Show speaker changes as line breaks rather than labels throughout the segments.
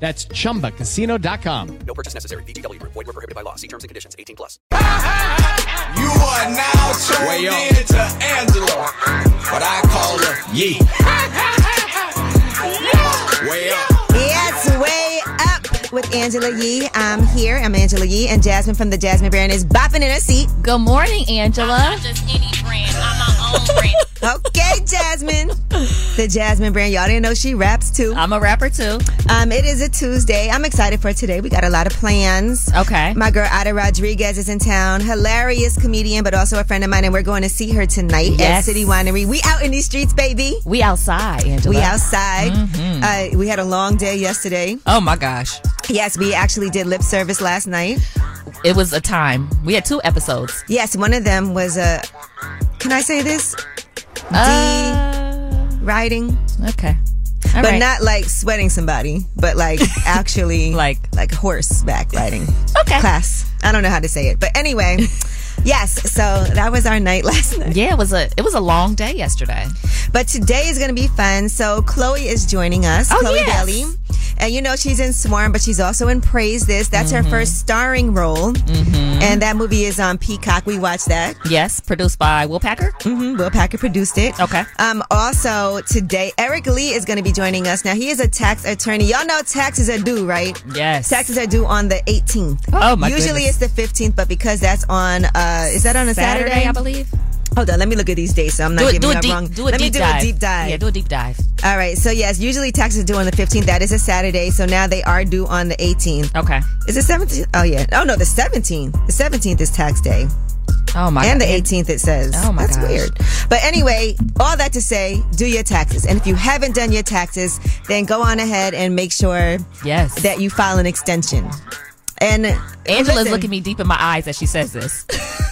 That's chumbacasino.com.
No purchase necessary. VGW Group. Void were prohibited by law. See terms and conditions. 18 plus.
You are now turned
Way up.
in to Angela, but I call her Yee. Way up.
Yes, way up with Angela Yee. I'm here. I'm Angela Yee, and Jasmine from the Jasmine Brand is bopping in her seat.
Good morning, Angela.
just any brand. I'm my own brand.
Okay, Jasmine. The Jasmine Brand. Y'all didn't know she raps too.
I'm a rapper too.
Um, it is a Tuesday. I'm excited for today. We got a lot of plans.
Okay.
My girl Ada Rodriguez is in town. Hilarious comedian, but also a friend of mine, and we're going to see her tonight at
Yes.
City Winery. We out in these streets, baby.
we outside, Angela. Mm-hmm.
We outside. Uh, we had a long day yesterday.
Oh my gosh.
Yes, we actually did lip service last night.
It was a time. We had two episodes.
Yes, one of them was a. Can I say this?
Uh,
Riding,
okay. All
but
right.
not like sweating somebody, but like actually
Like-
like horseback riding
Okay.
class. I don't know how to say it, but anyway, yes. So that was our night last night.
Yeah, it was a it was a long day yesterday.
But today is going to be fun. So Chloe is joining us.
Oh,
Chloe
yes.
Bailey. And you know she's in Swarm, but she's also in Praise This. That's
Mm-hmm.
her first starring role, and that movie is on Peacock. We watched that.
Yes, produced by Will Packer.
Mm-hmm. Will Packer produced it.
Okay.
Um, also today, Eric Lee is going to be joining us. Now he is a tax attorney. Y'all know taxes are due, right?
Yes.
Taxes are due on the 18th.
Oh, my
Usually
goodness.
it's the 15th, but because that's on, uh, is that on a Saturday?
I believe.
Hold on, let me look at these dates so I'm not
Do, it,
giving
do,
you
a
up
deep,
wrong.
do a
let
deep
me do
dive.
a deep dive.
Yeah, do a deep dive.
All right, so yes, usually taxes are due on the 15th. That is a Saturday, so now they are due on the 18th.
Okay.
Is it 17th? Oh, yeah. Oh, no, the 17th. The 17th is tax day.
Oh my
And the
God.
18th, it says.
Oh, my
That's
gosh.
weird. But anyway, all that to say, do your taxes. And if you haven't done your taxes, then go on ahead and make sure
Yes.
that you file an extension. And
Angela's
listen,
looking me deep in my eyes as she says this.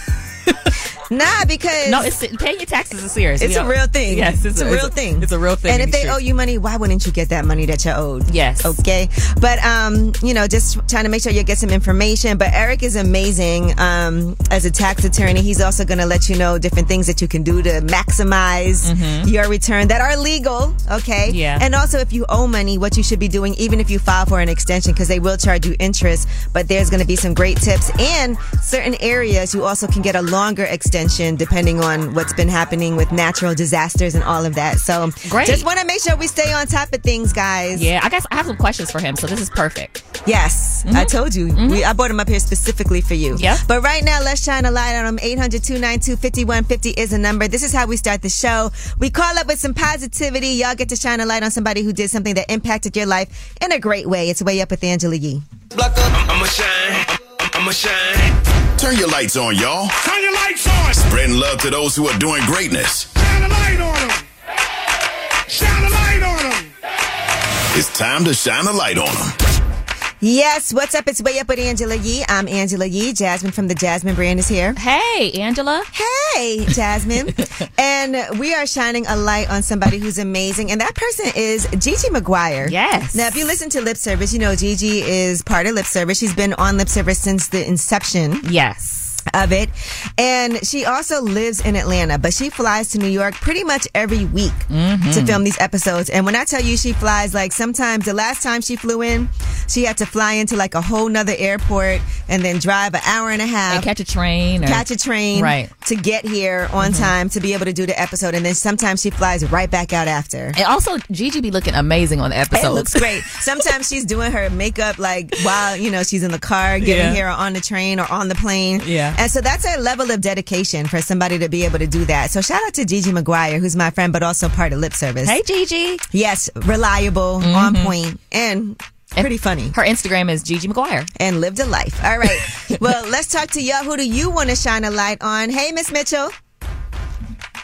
Nah, because
No, Oh, it's paying your taxes is serious.
it's
We
a
all-
real thing.
Yes,
it's, a, real thing.
It's a real thing.
And
in
if
these
they owe
streets.
you money, why wouldn't you get that money that you're owed?
Yes.
Okay. But um, you know, just trying to make sure you get some information. But Eric is amazing um as a tax attorney. He's also gonna let you know different things that you can do to maximize your return that are legal, okay?
Mm-hmm. Yeah.
And also if you owe money, what you should be doing even if you file for an extension, because they will charge you interest, but there's gonna be some great tips. And certain areas you also can get a longer extension depending on what's been happening with natural disasters and all of that. So
Great.
just wanna make sure we stay on top of things, guys.
Yeah, I guess I have some questions for him, so this is perfect. Mm-hmm.
Yes, I told you. We, I brought him up here specifically for you.
Yeah.
But right now, let's shine a light on him. 800 292 5150 is a number. This is how we start the show. We call up with some positivity. Y'all get to shine a light on somebody who did something that impacted your life in a great way. It's Way Up with Angela Yee.
Black up.
I'ma shine. I'ma shine.
Turn your lights on, y'all.
Turn your lights on.
Spreading love to those who are doing greatness.
Shine a light on them. Shine a light on them.
It's time to shine a light on them.
Yes, what's up? It's Way Up with Angela Yee. I'm Angela Yee. Jasmine from the Jasmine brand is here.
Hey, Angela.
Hey, Jasmine. and we are shining a light on somebody who's amazing, and that person is Gigi McGuire.
Yes.
Now, if you listen to Lip Service, you know Gigi is part of Lip Service. She's been on Lip Service since the inception
Yes.
of it. And she also lives in Atlanta, but she flies to New York pretty much every week
Mm-hmm.
to film these episodes. And when I tell you she flies, like sometimes the last time she flew in, she had to fly into like a whole nother airport and then drive an hour and a half.
And catch a train. Or,
Catch a train
Right. Mm-hmm.
to get here on time to be able to do the episode, and then sometimes she flies right back out after.
And also, Gigi be looking amazing on the episodes.
It looks great. Sometimes she's doing her makeup like while you know she's in the car, getting
Yeah.
here, or on the train, or on the plane.
Yeah.
And so that's a level of dedication for somebody to be able to do that. So shout out to Gigi McGuire, who's my friend, but also part of Lip Service.
Hey, Gigi.
Yes, reliable, on point, and pretty funny.
Mm-hmm. Her Instagram is Gigi McGuire.
and lived a life. All right. well, let's talk to y'all. Who do you want to shine a light on? Hey, Miss Mitchell,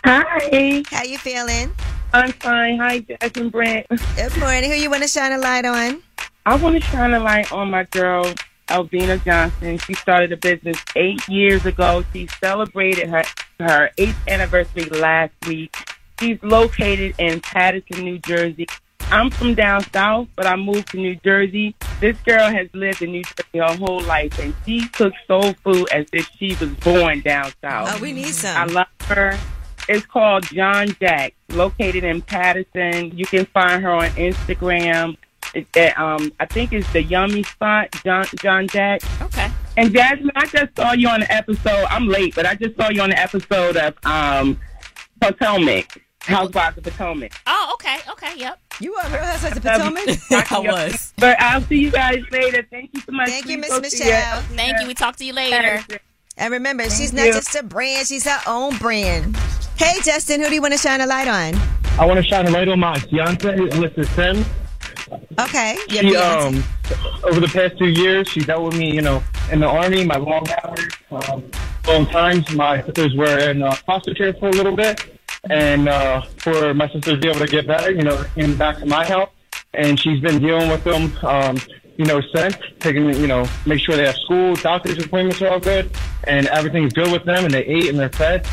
Hi,
how you feeling?
I'm fine. Hi, Jasmine Brent.
Good morning. Who you want to shine a light on?
I want to shine a light on my girl, Alvina Johnson. She started a business eight years ago. She celebrated her, her eighth anniversary last week. She's located in Patterson, New Jersey. I'm from down south, but I moved to New Jersey. This girl has lived in New Jersey her whole life, and she cooks soul food as if she was born down south.
Oh, we need
I
some.
love her. It's called John Jack, located in Patterson. You can find her on Instagram. It, it, um, I think it's the Yummy Spot, John, John Jack.
Okay.
And Jasmine, I just saw you on the episode. I'm late, but I just saw you on the episode of um, Potomac, Housewives of Potomac.
Oh, okay. Okay. Yep.
You are real housewives of Potomac?
I was.
But I'll see you guys later. Thank you so much.
Thank you,
Please
Miss
go see
Michelle.
it.
Thank you. We talk to you later.
And remember, she's not
you.
just a brand, she's her own brand. Hey, Justin, who do you want to shine a light on?
I want to shine a light on my fiance, Alyssa Sims.
Okay. your
She,
fiance.
um, over the past two years, she dealt with me, you know, in the army, my long hours, um, long times. My sisters were in uh, foster care for a little bit, and uh, for my sisters to be able to get better, you know, they came back to my house, and she's been dealing with them, um, you know, since taking, you know, make sure they have school, doctor's appointments are all good, and everything's good with them, and they ate and they're fed,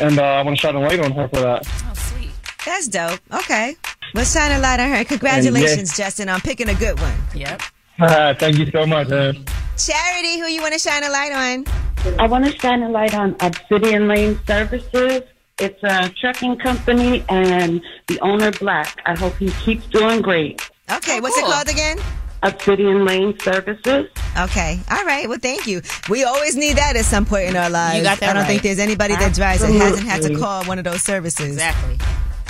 and uh, I want to shine a light on her for that.
Oh, sweet.
That's dope. Okay. We'll shine a light on her. Congratulations, Justin, on picking a good one.
Yep.
Uh, thank you so much, man.
Charity, who you want to shine a light on?
I want to shine a light on Obsidian Lane Services. It's a trucking company, and the owner, Black. I hope he keeps doing great.
Okay,
Oh,
what's
cool.
it called again?
Obsidian Lane Services.
Okay. All right. Well, thank you. We always need that at some point in our lives.
got that
I don't think
right.
there's anybody that drives that hasn't had to
Absolutely.
call one of those services.
Exactly.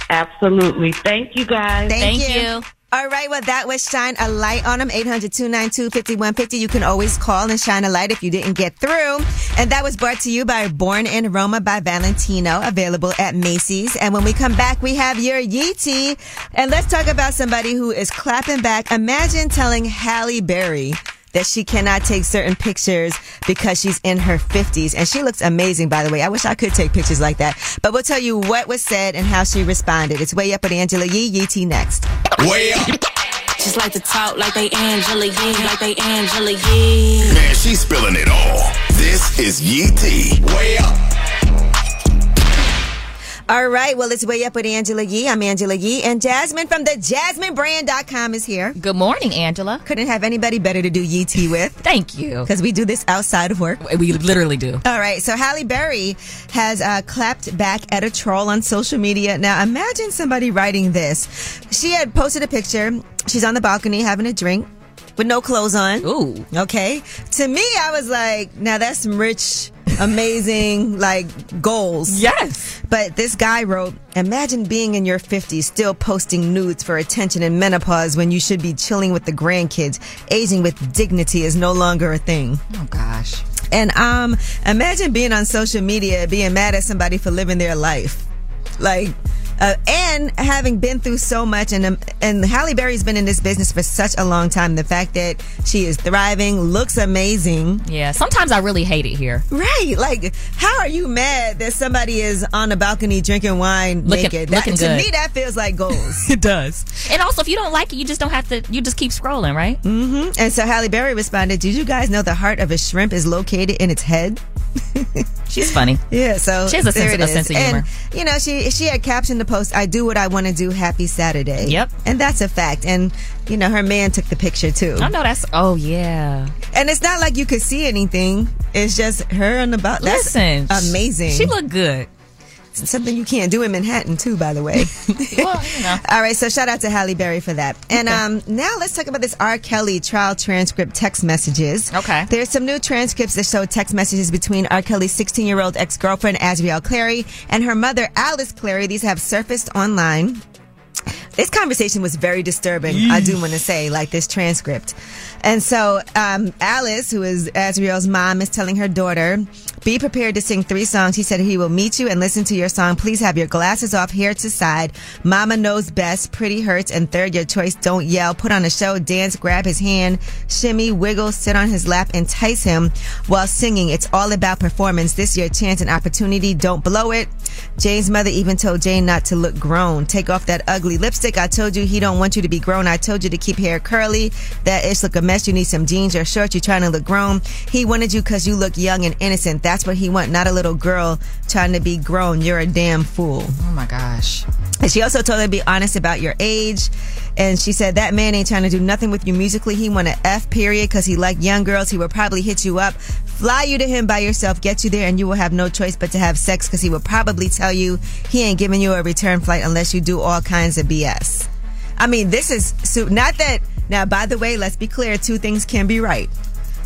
Absolutely. Thank you, guys.
Thank,
Thank
you.
you.
All right, well, that was Shine a Light on them. 800 292 5150. You can always call and shine a light if you didn't get through. And that was brought to you by Born in Roma by Valentino, available at Macy's. And when we come back, we have your Yee Tea. And let's talk about somebody who is clapping back. Imagine telling Halle Berry that she cannot take certain pictures because she's in her 50s. And she looks amazing, by the way. I wish I could take pictures like that. But we'll tell you what was said and how she responded. It's Way Up with Angela Yee. Yee T next.
Way up.
Just like to talk like they Angela Yee, like they Angela Yee.
Man, she's spilling it all. This is Yee T. Way up.
All right. Well, it's Way Up with Angela Yee. I'm Angela Yee. And Jasmine from the JasmineBrand.com is here.
Good morning, Angela.
Couldn't have anybody better to do Yee Tea with
Thank you.
because we do this outside of work.
We literally do.
All right, so Halle Berry has uh, clapped back at a troll on social media. Now, imagine somebody writing this. She had posted a picture. She's on the balcony having a drink with no clothes on.
Ooh.
Okay. To me, I was like, now that's some rich, amazing, like goals.
Yes.
But this guy wrote, Imagine being in your 50s still posting nudes for attention and menopause when you should be chilling with the grandkids. Aging with dignity is no longer a thing.
Oh gosh.
And um, imagine being on social media being mad at somebody for living their life. Like, Uh, and having been through so much, and um, and Halle Berry's been in this business for such a long time. The fact that she is thriving, looks amazing.
Yeah, sometimes I really hate it here.
Right? Like, how are you mad that somebody is on the balcony drinking wine
Looking-
naked? That,
looking
to
good.
me, that feels like goals.
It does. And also, if you don't like it, you just don't have to. You just keep scrolling, right?
hmm And so Halle Berry responded, "Did you guys know the heart of a shrimp is located in its head?"
She's funny.
Yeah, so
She has a
there
sense-
it
a
is.
sense of humor.
And you know, she she had captioned the post, "I do what I want to do. Happy Saturday."
Yep.
and that's a fact. And you know, her man took the picture too.
I know that's. Oh yeah.
And it's not like you could see anything. It's just her on the boat. That's
Listen, sh-
amazing.
she looked good.
Something you can't do in Manhattan too, by the way. All right, so shout out to Halle Berry for that. And um, now let's talk about this R. Kelly trial transcript text messages. Okay. There's some new transcripts that show text messages between R. Kelly's 16 year old ex girlfriend, Azriel Clary, and her mother, Alice Clary. These have surfaced online. This conversation was very disturbing, I do want to say, like this transcript. And so um, Alice, who is Azriel's mom, is telling her daughter, be prepared to sing three songs. He said he will meet you and listen to your song. Please have your glasses off, hair to side. Mama knows best, pretty hurts, and third, your choice. Don't yell. Put on a show, dance, grab his hand, shimmy, wiggle, sit on his lap, entice him while singing. It's all about performance. This your chance and opportunity. Don't blow it. Jane's mother even told Jane not to look grown. Take off that ugly lipstick. I told you he don't want you to be grown. I told you to keep hair curly. That ish look a mess. You need some jeans or shorts. You're trying to look grown. He wanted you because you look young and innocent. That's what he want. Not a little girl trying to be grown. You're a damn fool.
Oh my gosh.
And she also told her to be honest about your age. And she said, that man ain't trying to do nothing with you musically. He want a F period because he like young girls. He will probably hit you up, fly you to him by yourself, get you there, and you will have no choice but to have sex because he will probably tell you he ain't giving you a return flight unless you do all kinds of BS. I mean, this is su- not that. Now, by the way, let's be clear two things can be right.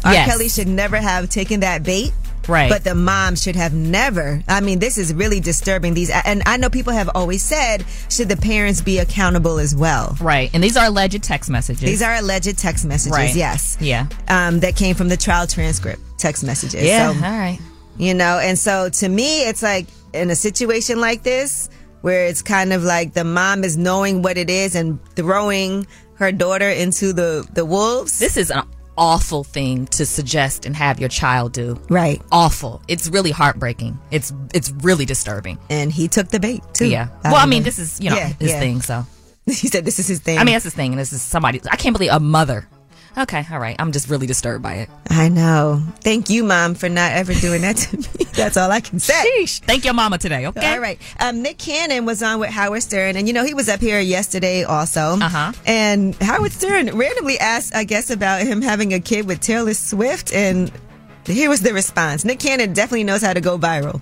R.
Yes.
Kelly should never have taken that bait.
Right.
But the mom should have never. I mean, this is really disturbing. These, and I know people have always said, should the parents be accountable as well?
Right. And these are alleged text messages.
These are alleged text messages,
Right.
yes,
Yeah.
um, that came from the trial transcript text messages.
Yeah.
So,
all right.
You know, and so to me, it's like in a situation like this, where it's kind of like the mom is knowing what it is and throwing her daughter into the, the wolves.
This is an awful thing to suggest and have your child do.
Right.
Awful. It's really heartbreaking. It's it's really disturbing.
And he took the bait too.
Yeah. Well, I mean, this is you know
Yeah,
his
yeah.
thing. So
he said this is his thing.
I mean, that's his thing, and this is somebody. I can't believe a mother. Okay. All right. I'm just really disturbed by it.
I know. Thank you, mom, for not ever doing that to me. That's all I can say.
Sheesh. Thank your mama today. Okay.
All right. Um, Nick Cannon was on with Howard Stern, and you know he was up here yesterday also. Uh
Uh-huh.
huh. And Howard Stern randomly asked, I guess, about him having a kid with Taylor Swift, and here was the response. Nick Cannon definitely knows how to go viral.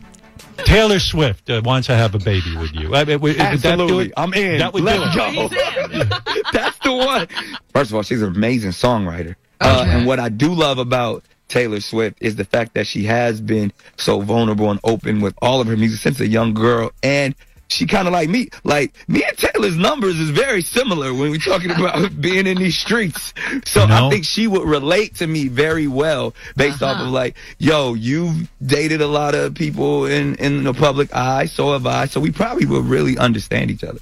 Taylor Swift uh, wants to have a baby with you. I mean, would, would that do
Absolutely.
it?
I'm in.
That would
Let's
do it.
go. That's the one. First of all, she's an amazing songwriter. Uh, and what I do love about Taylor Swift is the fact that she has been so vulnerable and open with all of her music since a young girl. And she kind of like me, like me and Taylor's numbers is very similar when we're talking about being in these streets. So I think she would relate to me very well based off of like, yo, you've dated a lot of people in, in the public eye. So have I. So we probably will really understand each other.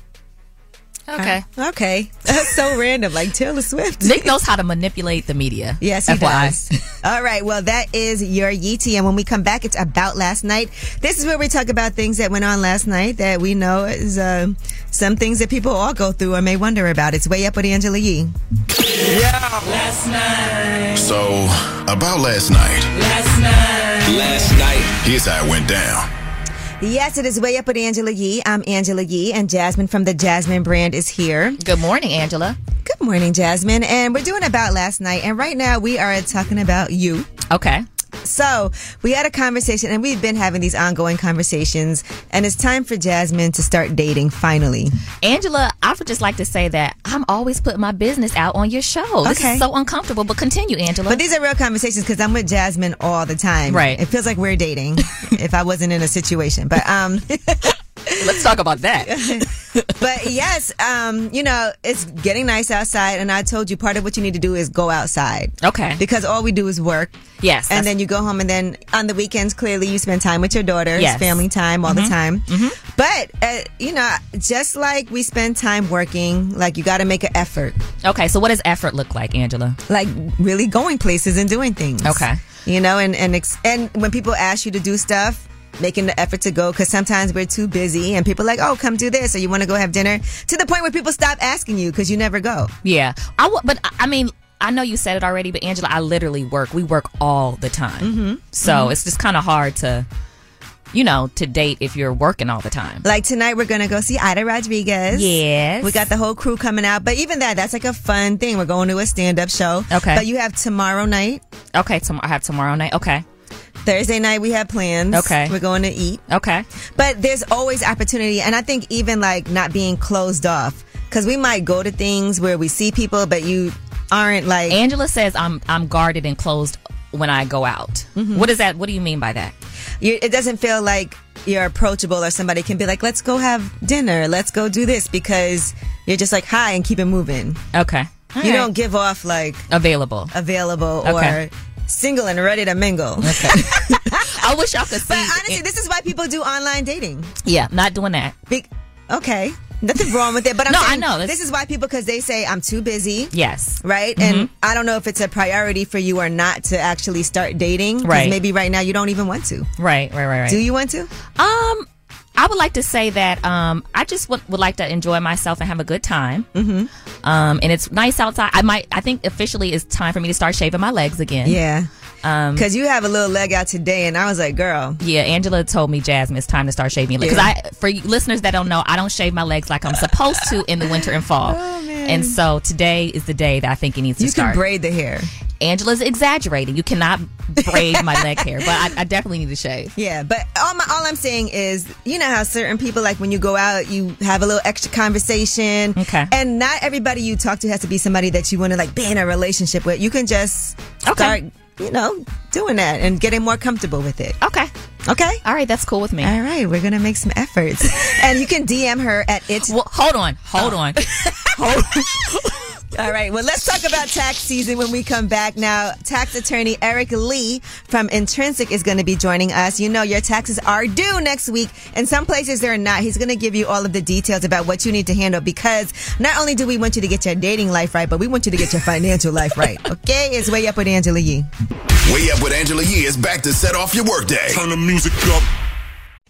Okay.
Okay. That's so random. Like Taylor Swift.
Nick knows how to manipulate the media.
Yes, he
FYI.
does. All right, well, that is your Yeetie. And when we come back, it's about last night. This is where we talk about things that went on last night that we know is uh, some things that people all go through or may wonder about. It's Way Up with Angela Yee.
Last night.
So, about last night,
Last night.
last night, here's how it went down.
Yes, it is Way Up with Angela Yee. I'm Angela Yee, and Jasmine from the Jasmine brand is here.
Good morning, Angela.
Good morning, Jasmine. And we're doing about last night. And right now, we are talking about you.
Okay.
So we had a conversation, and we've been having these ongoing conversations. And it's time for Jasmine to start dating finally.
Angela, I would just like to say that I'm always putting my business out on your show. This
Okay.
is so uncomfortable, but continue, Angela.
But these are real conversations because I'm with Jasmine all the time.
Right.
It feels like we're dating if I wasn't in a situation. But um,
Let's talk about that.
but yes, um, you know, it's getting nice outside, and I told you part of what you need to do is go outside.
Okay.
Because all we do is work.
Yes.
And then you go home, and then on the weekends, clearly you spend time with your daughter,
Yes.
family time all
Mhm.
the time. But uh, you know, just like we spend time working, like you got to make an effort.
Okay, so what does effort look like, Angela?
Like really going places and doing things.
Okay.
You know, and and ex- and when people ask you to do stuff, making the effort to go because sometimes we're too busy and people are like, oh, come do this or you want to go have dinner to the point where people stop asking you because you never go.
Yeah. I w- but I- I mean, I know you said it already, but Angela, I literally work. We work all the time.
Mhm.
Mm-hmm. So
Mhm.
it's just kind of hard to, you know, to date if you're working all the time.
Like tonight, we're gonna go see Ida Rodriguez.
Yes.
we got the whole crew coming out. But even that, that's like a fun thing. We're going to a stand-up show.
Okay.
but you have tomorrow night.
Okay, tom- I have tomorrow night. Okay.
Thursday night we have plans.
Okay.
We're going to eat.
Okay.
But there's always opportunity and I think even like not being closed off cuz we might go to things where we see people but you aren't like
Angela says I'm I'm guarded and closed when I go out. Mm-hmm. What is that? What do you mean by that?
you, it doesn't feel like you're approachable or somebody can be like let's go have dinner, let's go do this because you're just like hi and keep it moving.
Okay. All
you
right.
don't give off like
available.
available
Okay.
or single and ready to mingle. Okay.
I wish y'all could see.
But honestly, this is why people do online dating.
Yeah, not doing that.
Be- okay. Nothing wrong with it, but I'm
No, I
saying
know. That's-
this is why people because they say I'm too busy.
Yes. Mm-hmm.
Right? And I don't know if it's a priority for you or not to actually start dating. 'cause
Right.
Maybe right now you don't even want to.
Right, right, right, right.
Do you want to?
Um, I would like to say that um, I just would, would like to enjoy myself and have a good time. Mm-hmm. Um, and it's nice outside. I might. I think officially it's time for me to start shaving my legs again.
Yeah.
Um,
Because you have a little leg out today, and I was like, girl.
Yeah, Angela told me, Jasmine, it's time to start shaving your legs. Because
Yeah.
I, for you listeners that don't know, I don't shave my legs like I'm supposed to in the winter and fall. And so today is the day that I think it needs
Oh, You
to
can
start.
braid the hair.
Angela's exaggerating. You cannot braid my leg hair, but I, I definitely need to shave.
Yeah, but all my all I'm saying is, you know how certain people like when you go out, you have a little extra conversation. Okay. And not everybody you talk to has to be somebody that you want to like be in a relationship with. You can just start, you know, doing that and getting more comfortable with it.
Okay.
Okay.
All right, that's cool with me.
All right, we're gonna make some efforts, and you can DM her at it. Oh.
Well, hold on, hold on.
All right, well, let's talk about tax season when we come back. Now, tax attorney Eric Lee from Intrinsic is going to be joining us. You know, your taxes are due next week, and some places they're not. He's going to give you all of the details about what you need to handle because not only do we want you to get your dating life right, but we want you to get your financial life right. Okay, it's way up with Angela Yee.
Way Up with Angela Yee is back to set off your workday. Turn the music up.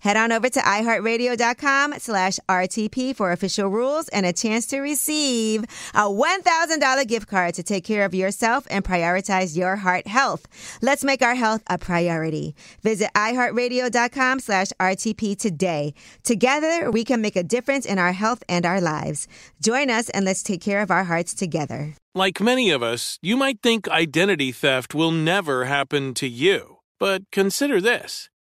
Head on over to iHeartRadio.com slash RTP for official rules and a chance to receive a $1,000 gift card to take care of yourself and prioritize your heart health. Let's make our health a priority. Visit iHeartRadio.com slash RTP today. Together, we can make a difference in our health and our lives. Join us and let's take care of our hearts together.
Like many of us, you might think identity theft will never happen to you. But consider this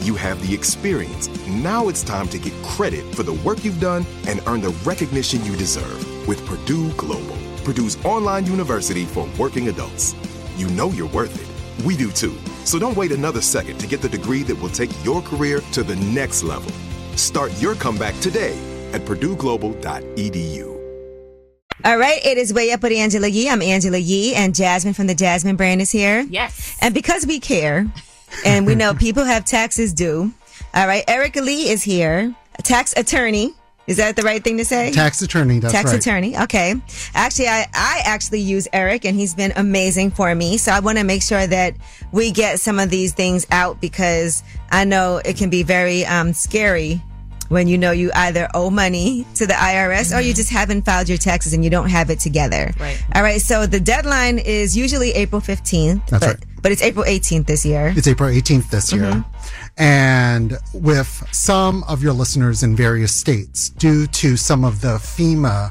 you have the experience. Now it's time to get credit for the work you've done and earn the recognition you deserve with Purdue Global, Purdue's online university for working adults. You know you're worth it. We do too. So don't wait another second to get the degree that will take your career to the next level. Start your comeback today at purdueglobal.edu.
All right, it is way up with Angela Yee. I'm Angela Yee, and Jasmine from the Jasmine brand is here.
Yes.
And because we care, and we know people have taxes due. All right, Erica Lee is here, a tax attorney. Is that the right thing to say?
Tax attorney, that's
tax
right.
attorney. Okay. Actually, I, I actually use Eric and he's been amazing for me. So I want to make sure that we get some of these things out because I know it can be very um, scary when you know you either owe money to the IRS or you just haven't filed your taxes and you don't have it together.
Mm-hmm. Right.
All right. So the deadline is usually April 15th.
That's
but,
right.
But it's April 18th this year.
It's April 18th this year.
Mm-hmm.
And with some of your listeners in various states, due to some of the FEMA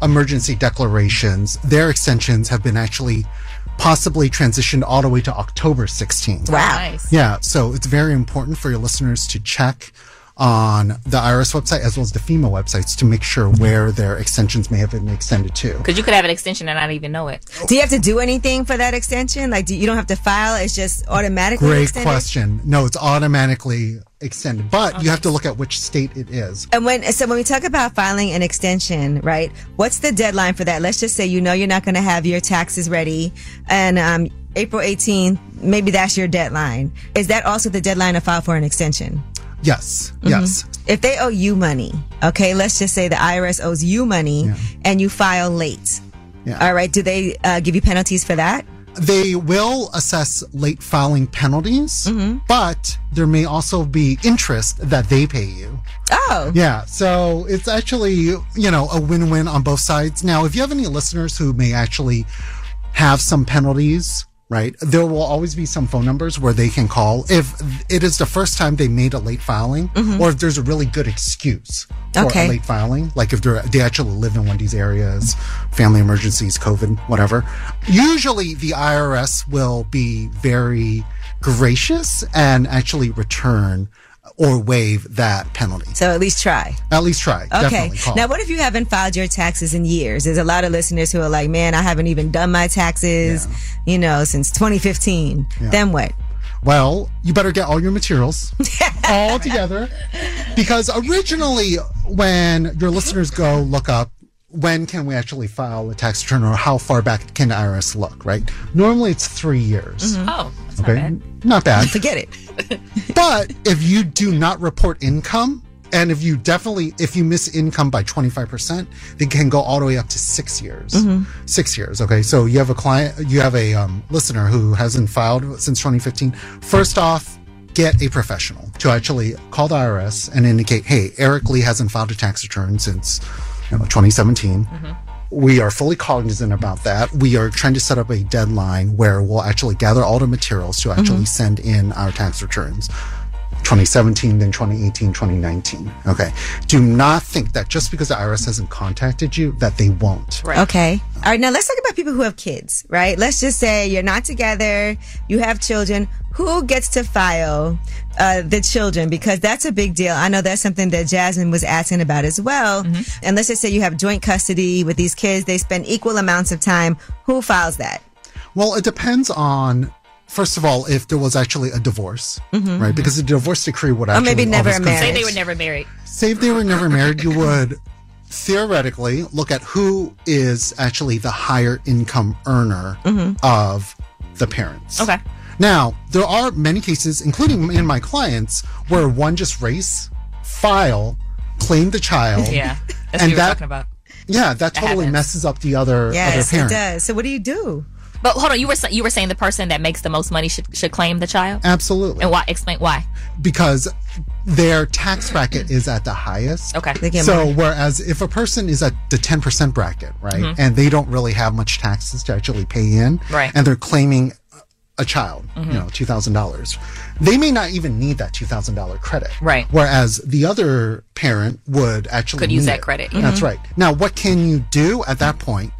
emergency declarations, their extensions have been actually possibly transitioned all the way to October 16th.
Wow. Nice.
Yeah. So it's very important for your listeners to check on the IRS website as well as the FEMA websites to make sure where their extensions may have been extended to.
Because you could have an extension and not even know it.
Do you have to do anything for that extension? Like, do, you don't have to file; it's just automatically.
Great
extended?
question. No, it's automatically extended, but you have to look at which state it is.
And when so when we talk about filing an extension, right? What's the deadline for that? Let's just say you know you're not going to have your taxes ready, and um, April 18th, maybe that's your deadline. Is that also the deadline to file for an extension?
Yes. Yes.
Mhm. If they owe you money, okay, let's just say the IRS owes you money, and you file late. All right. Do they uh, give you penalties for that?
They will assess late filing penalties,
Mm-hmm.
but there may also be interest that they pay you.
Oh.
Yeah. So it's actually, you know, a win win on both sides. Now, if you have any listeners who may actually have some penalties, right, there will always be some phone numbers where they can call if it is the first time they made a late filing
Mhm.
or if there's a really good excuse for
Okay.
a late filing, like if they're, they actually live in one of these areas, family emergencies, COVID, whatever. Usually the IRS will be very gracious and actually return or waive that penalty.
So at least try.
At least try.
Okay.
Definitely call.
Now, what if you haven't filed your taxes in years? There's a lot of listeners who are like, man, I haven't even done my taxes, you know, since 2015.
Yeah.
Then what?
Well, you better get all your materials all together because originally, when your listeners go look up, when can we actually file a tax return or how far back can the IRS look, right? Normally it's three years.
Mm-hmm.
Oh, that's
okay.
not bad.
Not bad.
Forget it.
but if you do not report income, and if you definitely if you miss income by 25%, they can go all the way up to 6 years.
Mm-hmm.
Mhm.
6 years, okay? So you have a client you have a um, listener who hasn't filed since 2015. First off, get a professional to actually call the IRS and indicate, "Hey, Eric Lee hasn't filed a tax return since you know, 2017." we are fully cognizant about that. We are trying to set up a deadline where we'll actually gather all the materials to actually
Mm-hmm.
Mhm.
send in our tax returns. 2017, then 2018, 2019. Okay. Do not think that just because the IRS hasn't contacted you that they won't.
Okay. All right. Now, let's talk about people who have kids, right? Let's just say you're not together, you have children. Who gets to file uh, the children? Because that's a big deal. I know that's something that Jasmine was asking about as well.
Mm-hmm.
And let's just say you have joint custody with these kids, they spend equal amounts of time. Who files that?
Well, it depends on first of all if there was actually a divorce,
Mhm.
right? Because the divorce decree would
Mm-hmm. Or
actually
maybe never
always
a marriage.
consult-
They were never married.
Say if they were never married, you would theoretically look at who is actually the higher income earner of the parents.
Mm-hmm. Okay.
Now, there are many cases, including in my clients, where one just race, file, claim the child.
Yeah, that's what
and
you were
that,
talking about.
Yeah, that
That
totally
happens.
messes up the other, other parent.
does. So what do you do? But hold on, you were sa- you were saying the person that makes the most money should should claim the child.
Absolutely.
And why? Explain why.
because their tax bracket is at the highest.
Okay.
So whereas if a person is at the 10% bracket, right,
Mhm.
and they don't really have much taxes to actually pay in,
Right.
and they're claiming a child,
Mhm.
you know, $2,000, they may not even need that $2,000 credit.
Right.
Whereas the other parent would actually
Could use
need
that
it.
credit,
That's
mhm.
right. Now, what can you do at that point?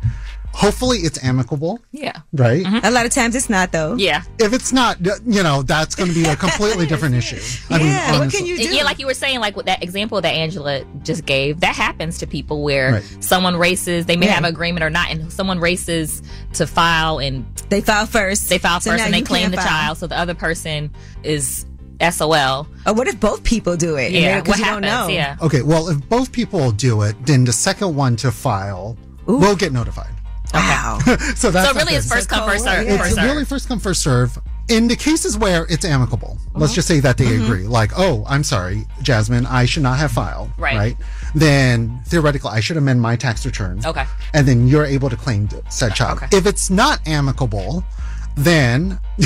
Hopefully it's amicable.
Yeah.
Right?
A lot of times it's not though.
Mm-hmm. Yeah.
If it's not, you know, that's going to be a completely different issue. I mean, honestly.
And Yeah, like you were saying, like with that example that Angela just gave, that happens to people where someone races, they may
Yeah.
have an agreement or not, and someone races to file and they file first. They file
So
first
now
and they
you
claim
can't
the
file.
child, so the other person is SOL.
Or Oh, what if both people do it?
Yeah,
And they're- 'cause
what
you
happens?
Don't know.
Yeah.
Okay, well, if both people do it, then the second one to file will get notified.
Wow.
so that's
so really, it's first come first serve.
It's really first come first serve. In the cases where it's amicable,
Uh-huh.
let's just say that they
Mhm.
agree, like, oh, I'm sorry, Jasmine, I should not have filed,
Right.
Then theoretically, I should amend my tax return.
Okay.
And then you're able to claim th- said child. If it's not amicable, then,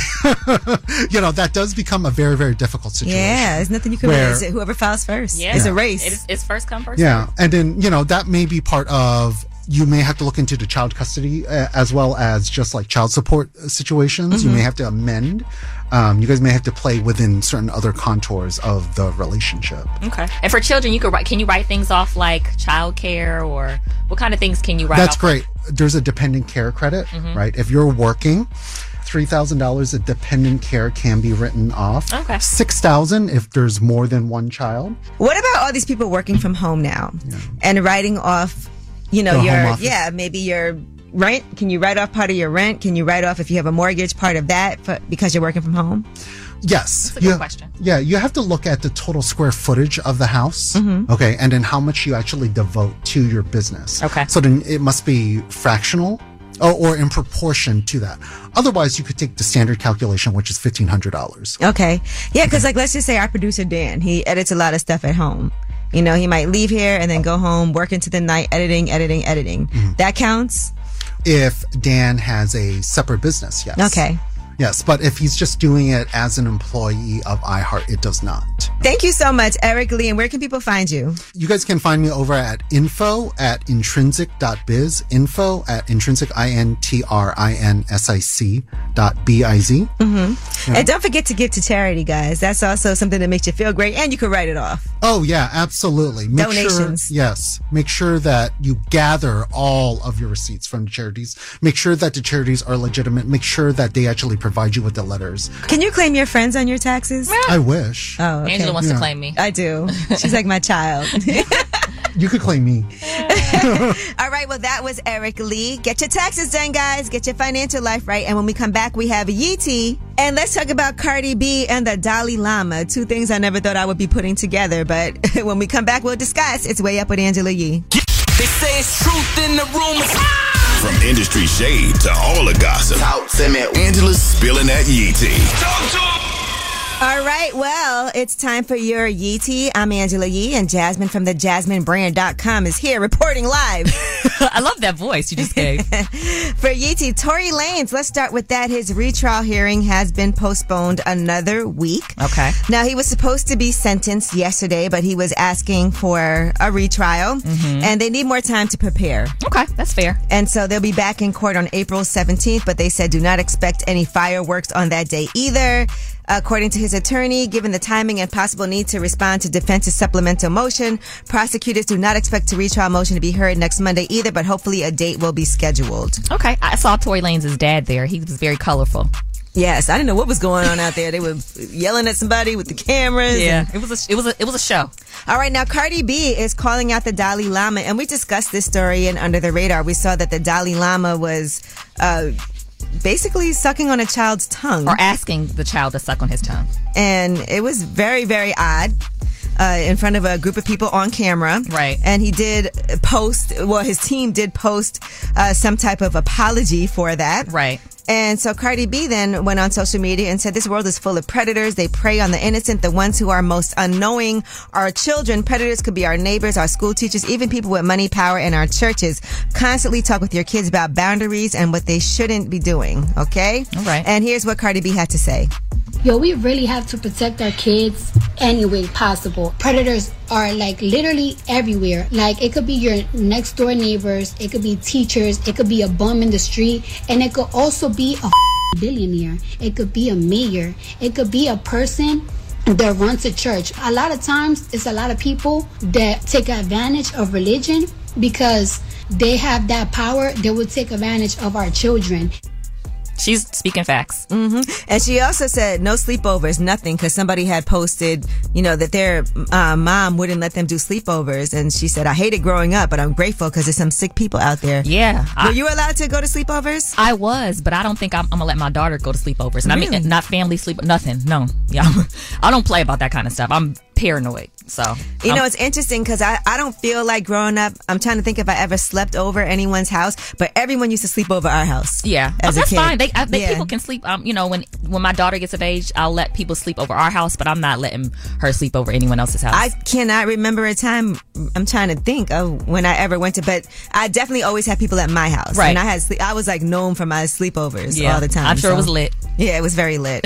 you know, that does become a very, very difficult situation.
Yeah, there's nothing you can
Where-
do. It's whoever files first.
Yeah.
It's a
Yeah.
race.
It's, it's first come first.
Yeah, and then you know that may be part of. You may have to look into the child custody uh, as well as just like child support uh, situations. You may have to amend. Um, you guys may have to play within certain other contours of the relationship.
Okay. And for children, you could write. Can you write things off like childcare or what kind of things can you write?
That's
off?
great. There's a dependent care credit,
Mhm.
right? If you're working, three thousand dollars of dependent care can be written off.
Okay.
Six thousand if there's more than one child.
What about all these people working from home now and writing off, you know,
Their home
your
office.
yeah, maybe your rent? Can you write off part of your rent? Can you write off if you have a mortgage part of that for, because you're working from home?
Yes.
That's a good
You-
question.
Yeah, you have to look at the total square footage of the house.
Mhm.
Okay. And then how much you actually devote to your business.
Okay.
So then it must be fractional or, or in proportion to that. Otherwise, you could take the standard calculation, which is $1,500.
Okay. Yeah, because like let's just say our producer Dan, he edits a lot of stuff at home. You know, he might leave here and then go home, work into the night, editing, editing, editing.
Mm-hmm.
That counts.
If Dan has a separate business, yes.
Okay.
Yes. But if he's just doing it as an employee of iHeart, it does not.
Thank you so much, Eric Lee. And where can people find you?
You guys can find me over at info at intrinsic.biz, info at intrinsic, I-N-T-R-I-N-S-I-C dot B-I-Z.
Mm-hmm.
Yeah.
And don't forget to give to charity, guys. That's also something that makes you feel great, and you can write it off.
Oh yeah, absolutely.
Donations.
Sure, yes, make sure that you gather all of your receipts from charities. Make sure that the charities are legitimate. Make sure that they actually provide you with the letters.
Can you claim your friends on your taxes?
I wish.
Oh, okay.
Angela wants to Yeah. claim
me.
I do. She's like my child.
You could claim me.
All right. Well, that was Eric Lee. Get your taxes done, guys. Get your financial life right. And when we come back, we have Yee T. And let's talk about Cardi B and the Dalai Lama. Two things I never thought I would be putting together. But when we come back, we'll discuss. It's way up with Angela Yee.
They say it's truth in the rumors.
From industry shade to all the gossip. Talk to me. Angela's spilling that yee tea.
All right, well, it's time for your Yee Tea. I'm Angela Yee, and Jasmine from the JasmineBrand.com is here reporting live.
I love that voice you just gave.
for Yee Tea, Tory Lanez, let's start with that. His retrial hearing has been postponed another week.
Okay.
Now, he was supposed to be sentenced yesterday, but he was asking for a retrial,
Mhm.
and they need more time to prepare.
Okay, that's fair.
And so they'll be back in court on April 17th, but they said do not expect any fireworks on that day either. According to his attorney, given the timing and possible need to respond to defense's supplemental motion, prosecutors do not expect to retrial motion to be heard next Monday either, but hopefully a date will be scheduled.
Okay, I saw Tory Lanez's dad there. He was very colorful.
Yes, I didn't know what was going on out there. They were yelling at somebody with the cameras.
Yeah,
it was a, it was a, it was a show. All right, now Cardi B is calling out the Dalai Lama, and we discussed this story in Under the Radar. We saw that the Dalai Lama was. Uh, Basically, sucking on a child's tongue.
Or asking the child to suck on his tongue.
And it was very, very odd. uh, in front of a group of people on camera. Right. And he did post, well, his team did post uh, some type of apology for that. Right. And so Cardi B then went on social media and said, This world is full of predators. They prey on the innocent, the ones who are most unknowing. Our children, predators could be our neighbors, our school teachers, even people with money, power, and our churches. Constantly talk with your kids about boundaries and what they shouldn't be doing. Okay? All right. And here's what Cardi B had to say.
Yo, we really have to protect our kids any way possible. Predators are like literally everywhere. Like it could be your next door neighbors, it could be teachers, it could be a bum in the street, and it could also be a billionaire. It could be a mayor. It could be a person that runs a church. A lot of times, it's a lot of people that take advantage of religion because they have that power. They will take advantage of our children.
She's speaking facts.
hmm And she also said no sleepovers, nothing, because somebody had posted, you know, that their uh, mom wouldn't let them do sleepovers, and she said, "I hated growing up, but I'm grateful because there's some sick people out there."
Yeah.
Were you allowed to go to sleepovers?
I was, but I don't think I'm, I'm gonna let my daughter go to sleepovers. And I
Really?
mean, not family sleep, nothing. No. Yeah. I don't play about that kind of stuff. I'm paranoid. So
You
I'm-
know, it's interesting because I, I don't feel like growing up. I'm trying to think if I ever slept over anyone's house, but everyone used to sleep over our house.
Yeah, Oh,
as a
that's
kid.
fine. They, I, they
Yeah.
people can sleep. Um, you know, when when my daughter gets of age, I'll let people sleep over our house, but I'm not letting her sleep over anyone else's house.
I cannot remember a time. I'm trying to think of when I ever went to, but I definitely always had people at my house.
Right.
And I had, sleep, I was like known for my sleepovers
Yeah.
all the time.
I'm sure it was lit.
Yeah, it was very lit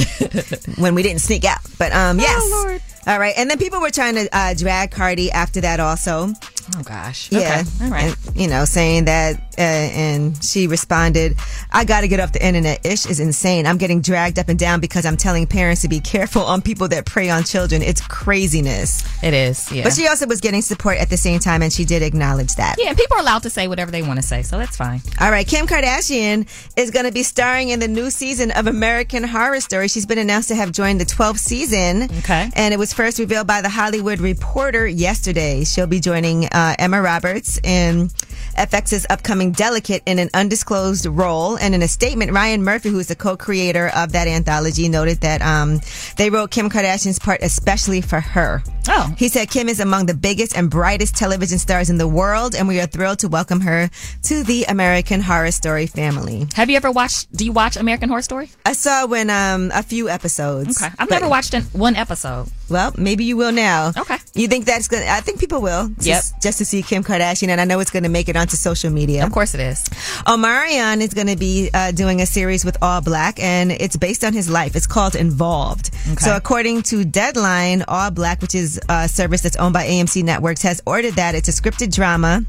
when we didn't sneak out. But
Oh,
um, yes. All right, and then people were trying to uh, drag Cardi after that also.
Oh gosh.
Yeah.
Okay. All right.
And, you know, saying that, uh, and she responded, "I got to get off the internet. Ish is insane. I'm getting dragged up and down because I'm telling parents to be careful on people that prey on children. It's craziness."
It is. Yeah.
But she also was getting support at the same time, and she did acknowledge that.
yeah, and people are allowed to say whatever they want to say, so that's fine.
All right, Kim Kardashian is going to be starring in the new season of American Horror Story. She's been announced to have joined the 12th season. Okay. And it was first revealed by The Hollywood Reporter yesterday. She'll be joining uh, Emma Roberts in FX's upcoming Delicate in an undisclosed role. And in a statement, Ryan Murphy, who is the co creator of that anthology, noted that um, they wrote Kim Kardashian's part especially for her.
Oh.
He said Kim is among the biggest and brightest television stars in the world, and we are thrilled to welcome her to the American Horror Story family.
Have you ever watched? Do you watch American Horror Story?
I saw when um a few episodes.
Okay. I've never watched an, one episode.
Well, maybe you will now. Okay. You think that's gonna? I think people will.
Yep.
Just, just to see Kim Kardashian, and I know it's gonna make it onto social media. Of
course it is.
Omarion is gonna be uh, doing a series with All Black, and it's based on his life. It's called Involved.
Okay.
So according to Deadline, All Black, which is a service that's owned by AMC Networks, has ordered that it's a scripted drama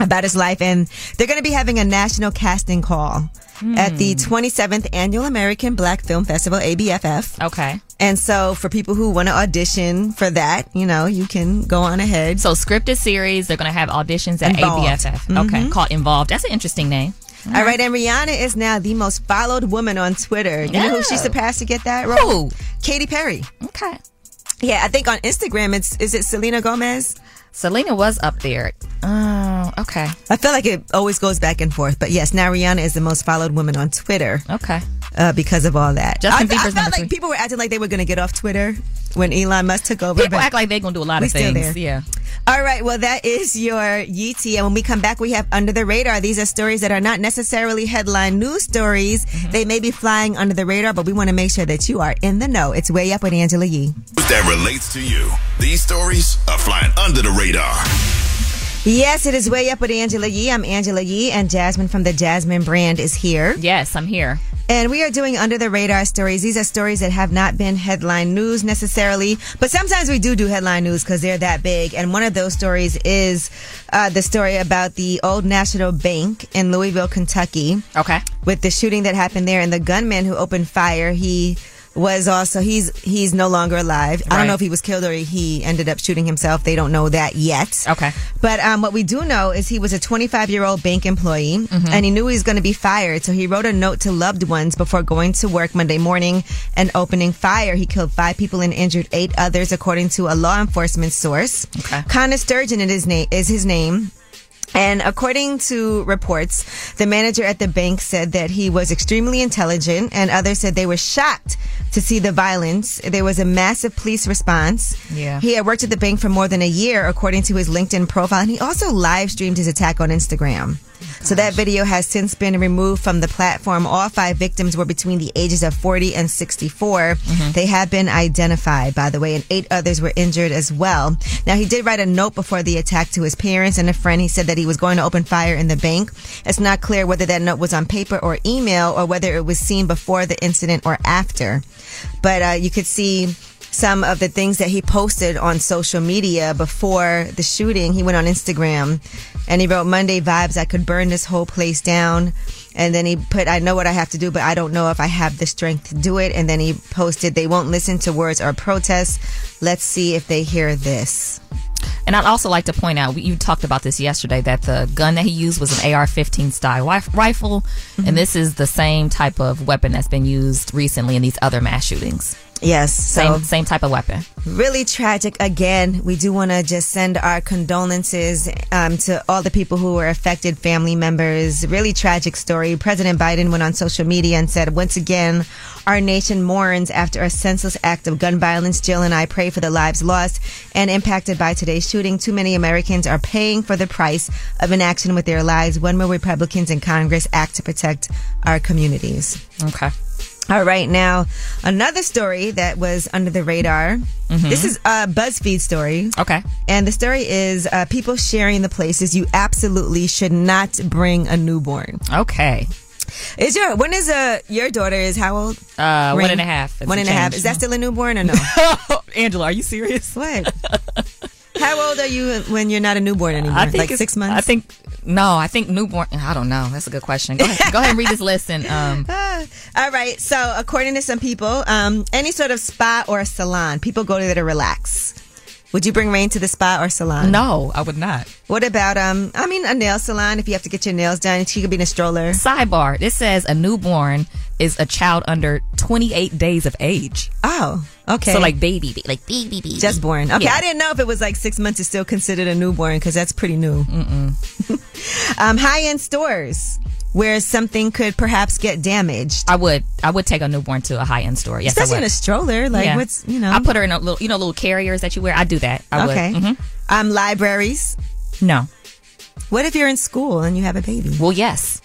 about his life, and they're gonna be having a national casting call. At
Hmm.
the 27th Annual American Black Film Festival, ABFF.
Okay.
And so for people who want to audition for that, you know, you can go on ahead.
So scripted series, they're going to have auditions at
Involved. Mm-hmm.
ABFF. Okay, called Involved. That's an interesting name.
All right, and Rihanna is now the most followed woman on Twitter. You know who she
Oh.
surpassed to get that role? Katy Perry.
Okay.
Yeah, I think on Instagram it's is it Selena Gomez?
Selena was up there. Oh, okay.
I feel like it always goes back and forth, but yes, now Rihanna is the most followed woman on Twitter.
Okay.
Uh, because of all that.
Justin
I, I
Bieber's
felt
number
like
three.
people were acting like they were going to get off Twitter when Elon Musk took over.
People
but-
act like they're going to do a lot
we
of
still
things.
there.
Yeah.
All right, well, that is your Yeetie. And when we come back, we have Under the Radar. These are stories that are not necessarily headline news stories.
Mm-hmm.
They may be flying under the radar, but we want to make sure that you are in the know. It's Way Up with Angela Yee.
That relates to you. These stories are flying under the radar.
Yes, it is Way Up with Angela Yee. I'm Angela Yee, and Jasmine from the Jasmine brand is here.
Yes, I'm here.
And we are doing under the radar stories. These are stories that have not been headline news necessarily, but sometimes we do do headline news because they're that big. And one of those stories is uh, the story about the Old National Bank in Louisville, Kentucky.
Okay.
With the shooting that happened there and the gunman who opened fire, he was also he's he's no longer alive. I don't
Right.
know if he was killed or he ended up shooting himself. They don't know that yet.
Okay.
But um, what we do know is he was a 25 year old bank employee and he knew he was going to be fired. So he wrote a note to loved ones before going to work Monday morning and opening fire. He killed five people and injured eight others, according to a law enforcement source. Connor Sturgeon it is, na- is his name. And according to reports, the manager at the bank said that he was extremely intelligent, and others said they were shocked to see the violence. There was a massive police response.
Yeah.
He had worked at the bank for more than a year, according to his LinkedIn profile, and he also live streamed his attack on Instagram. So that video has since been removed from the platform. All five victims were between the ages of 40 and 64. They have been identified, by the way, and eight others were injured as well. Now, he did write a note before the attack to his parents and a friend. He said that he was going to open fire in the bank. It's not clear whether that note was on paper or email or whether it was seen before the incident or after. But uh, you could see some of the things that he posted on social media before the shooting. He went on Instagram and he wrote Monday vibes. I could burn this whole place down. And then he put, I know what I have to do, but I don't know if I have the strength to do it. And then he posted, they won't listen to words or protests. Let's see if they hear this.
And I'd also like to point out, we- you talked about this yesterday, that the gun that he used was an AR-15 style wi- rifle,
Mm-hmm.
and this is the same type of weapon that's been used recently in these other mass shootings.
Yes, so-
same same type of weapon.
really tragic again we do want to just send our condolences um, to all the people who were affected family members really tragic story president biden went on social media and said once again our nation mourns after a senseless act of gun violence jill and i pray for the lives lost and impacted by today's shooting too many americans are paying for the price of inaction with their lives when will republicans in congress act to protect our communities
okay
all right, now another story that was under the radar.
Mhm.
This is a BuzzFeed story.
Okay.
And the story is uh, people sharing the places you absolutely should not bring a newborn.
Okay.
Is your when is uh your daughter is how old?
Uh,
Ring?
one and a half. It's
One and a half.
changed.
Is that still a newborn or no?
Angela, are you serious?
What? How old are you when you're not a newborn anymore?
I think
like
it's-
six months.
I think no. I think newborn. I don't know. That's a good question. Go ahead, go ahead and read this list. And um,
Ah, all right. So, according to some people, um, any sort of spa or salon, people go there to relax. Would you bring rain to the spa or salon?
No, I would not.
What about um? I mean, a nail salon. If you have to get your nails done, she could be in a stroller.
Sidebar. This says a newborn is a child under 28 days of age.
Oh, okay.
So like baby, ba- like baby, baby,
Just born. Okay,
Yeah.
I didn't know if it was like six months is still considered a newborn because that's pretty new. um, high end stores where something could perhaps get damaged.
I would. I would take a newborn to a high end store. Yes, I
Especially in
would.
a stroller. Like,
Yeah.
what's you know?
I put her in a little, you know, little carriers that you wear. I do that. I
okay.
would. Mhm.
Um, libraries.
No.
What if you're in school and you have a baby?
Well, yes.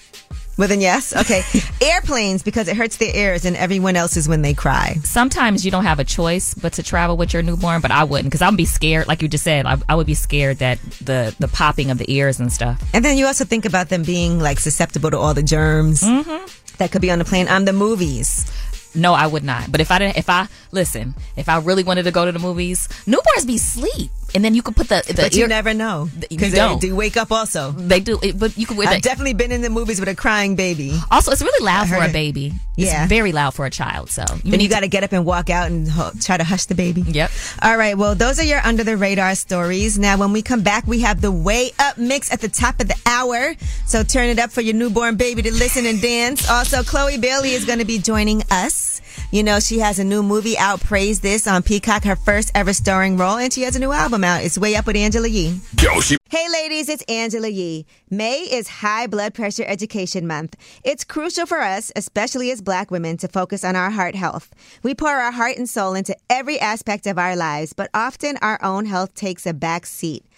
Well, then yes. Okay. Airplanes because it hurts their ears and everyone else's when they cry.
Sometimes you don't have a choice but to travel with your newborn, but I wouldn't because I'd be scared. Like you just said, I, I would be scared that the the popping of the ears and stuff.
And then you also think about them being like susceptible to all the germs
Mm-hmm.
that could be on the plane. Um, the movies.
No, I would not. But if I didn't, if I listen, if I really wanted to go to the movies, newborns be sleep, and then you could put the the
but
ear.
you never know because they
don't.
do wake up also.
They do, it- but you could wear.
I've
the-
definitely been in the movies with a crying baby.
also, it's really loud for
heard
a
it.
baby.
Yeah.
it's very loud for a child. So
You then you got to get up and walk out and hu- try to hush the baby.
Yep.
All right. Well, those are your under the radar stories. Now, when we come back, we have the way up mix at the top of the hour. So turn it up for your newborn baby to listen and dance. Also, Chloe Bailey is going to be joining us. You know, she has a new movie out, Praise This, on Peacock, her first ever starring role, and she has a new album out. It's Way Up with Angela Yee.
Yo, she.
Hey, ladies, it's Angela Yee. May is High Blood Pressure Education Month. It's crucial for us, especially as black women, to focus on our heart health. We pour our heart and soul into every aspect of our lives, but often our own health takes a back seat.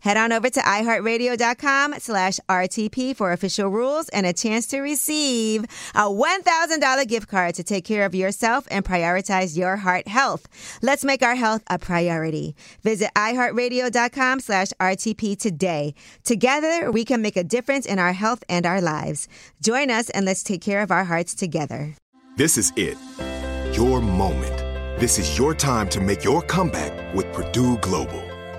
Head on over to iHeartRadio.com slash RTP for official rules and a chance to receive a $1,000 gift card to take care of yourself and prioritize your heart health. Let's make our health a priority. Visit iHeartRadio.com slash RTP today. Together, we can make a difference in our health and our lives. Join us and let's take care of our hearts together.
This is it. Your moment. This is your time to make your comeback with Purdue Global.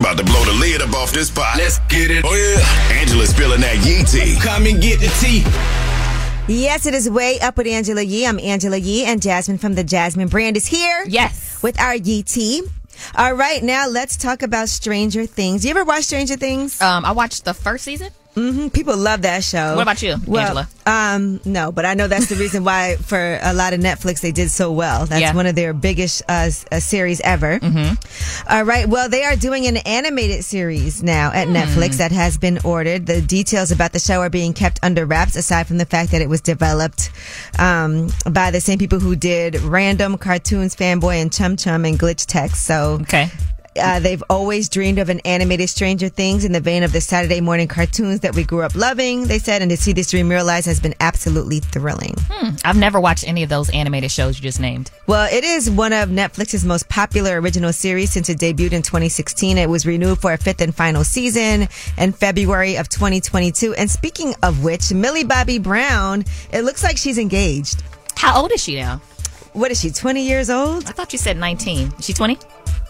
About to blow the lid up off this pot. Let's get it. Oh yeah. Angela spilling that yee tea. Come and get the tea.
Yes, it is way up with Angela Yee. I'm Angela Yee, and Jasmine from the Jasmine brand is here. Yes, with our Yee tea. All right, now let's talk about Stranger Things. You ever watch Stranger Things?
Um, I watched the first season.
hmm People love that show.
What about you,
well,
Angela?
Um, no, but I know that's the reason why for a lot of Netflix they did so well. That's
Yeah.
one of their biggest uh, s- uh, series ever. Mm-hmm. right, well, they are doing an animated series now at
Hmm.
Netflix that has been ordered. The details about the show are being kept under wraps, aside from the fact that it was developed um, by the same people who did Random Cartoons, Fanboy, and Chum Chum and Glitch Text. So okay. Uh, they've always dreamed of an animated Stranger Things in the vein of the Saturday morning cartoons that we grew up loving, they said, and to see this dream realized has been absolutely thrilling.
Hmm, I've never watched any of those animated shows you just named.
Well, it is one of Netflix's most popular original series since it debuted in 2016. It was renewed for a fifth and final season in February of 2022. And speaking of which, Millie Bobby Brown, it looks like she's engaged.
How old is she now?
What is she, 20 years old? I
thought you said 19. Is she 20?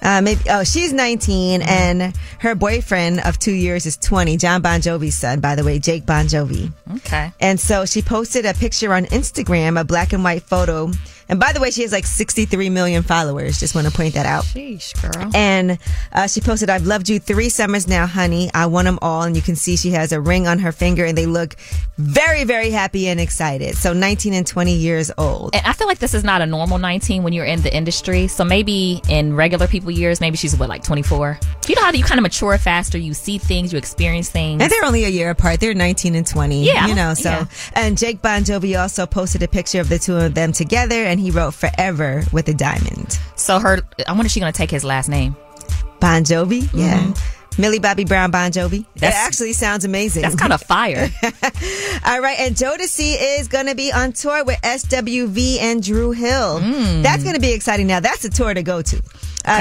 Uh, maybe, oh, she's 19 and her boyfriend of two years is 20, John Bon Jovi's son, by the way, Jake Bon Jovi.
Okay.
And so she posted a picture on Instagram, a black and white photo. And by the way, she has like 63 million followers. Just want to point that out.
Sheesh, girl.
And uh, she posted, I've loved you three summers now, honey. I want them all. And you can see she has a ring on her finger and they look very, very happy and excited. So 19 and 20 years old.
And I feel like this is not a normal 19 when you're in the industry. So maybe in regular people years, maybe she's what, like 24? You know how you kind of mature faster, you see things, you experience things.
And they're only a year apart. They're 19 and 20.
Yeah.
You know, so.
Yeah.
And Jake Bon Jovi also posted a picture of the two of them together and he wrote forever with a diamond.
So her, I wonder if she's going to take his last name.
Bon Jovi?
Mm-hmm.
Yeah. Millie Bobby Brown Bon Jovi. That
That's-
actually sounds amazing.
That's kind of fire.
All right, and Jodeci is going to be on tour with SWV and Drew Hill. That's going to be exciting. Now, that's a tour to go to. Uh,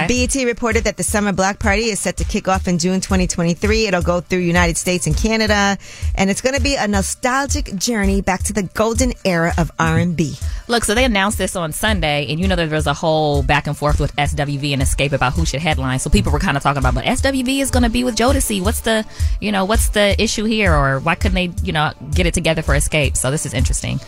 Okay.
BET reported that the summer block party is set to kick off in June 2023. It'll go through United States and Canada, and it's going to be a nostalgic journey back to the golden era of R&B.
Look, so they announced this on Sunday, and you know that there's a whole back and forth with SWV and Escape about who should headline. So people were kind of talking about, but SWV is going to be with Jodeci. What's the, you know, what's the issue here, or why couldn't they, you know, get it together for Escape? So this is interesting.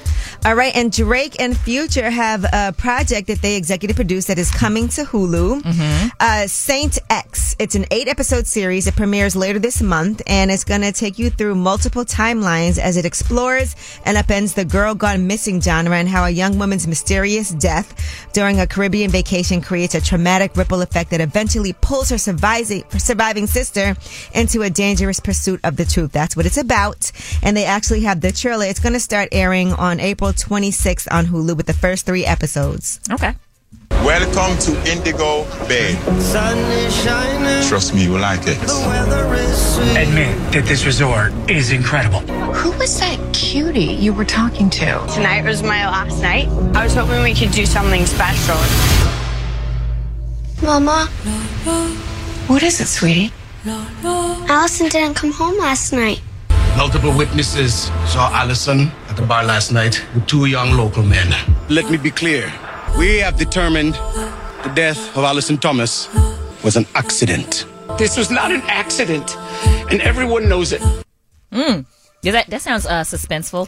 All right, and Drake and Future have a project that they executive produced that is coming to Hulu.
Mm-hmm.
Uh, Saint X. It's an eight episode series. It premieres later this month and it's going to take you through multiple timelines as it explores and upends the girl gone missing genre and how a young woman's mysterious death during a Caribbean vacation creates a traumatic ripple effect that eventually pulls her surviving, surviving sister into a dangerous pursuit of the truth. That's what it's about. And they actually have the trailer. It's going to start airing on April 26th on Hulu with the first three episodes.
Okay.
Welcome to Indigo Bay. Sun is shining. Trust me, you like it.
Admit that this resort is incredible.
Who was that cutie you were talking to?
Tonight was my last night. I was hoping we could do something special.
Mama. What is it, sweetie? Allison didn't come home last night.
Multiple witnesses saw Allison at the bar last night with two young local men. Let me be clear. We have determined the death of Allison Thomas was an accident.
This was not an accident, and everyone knows it.
Mm. Yeah, that, that sounds uh, suspenseful.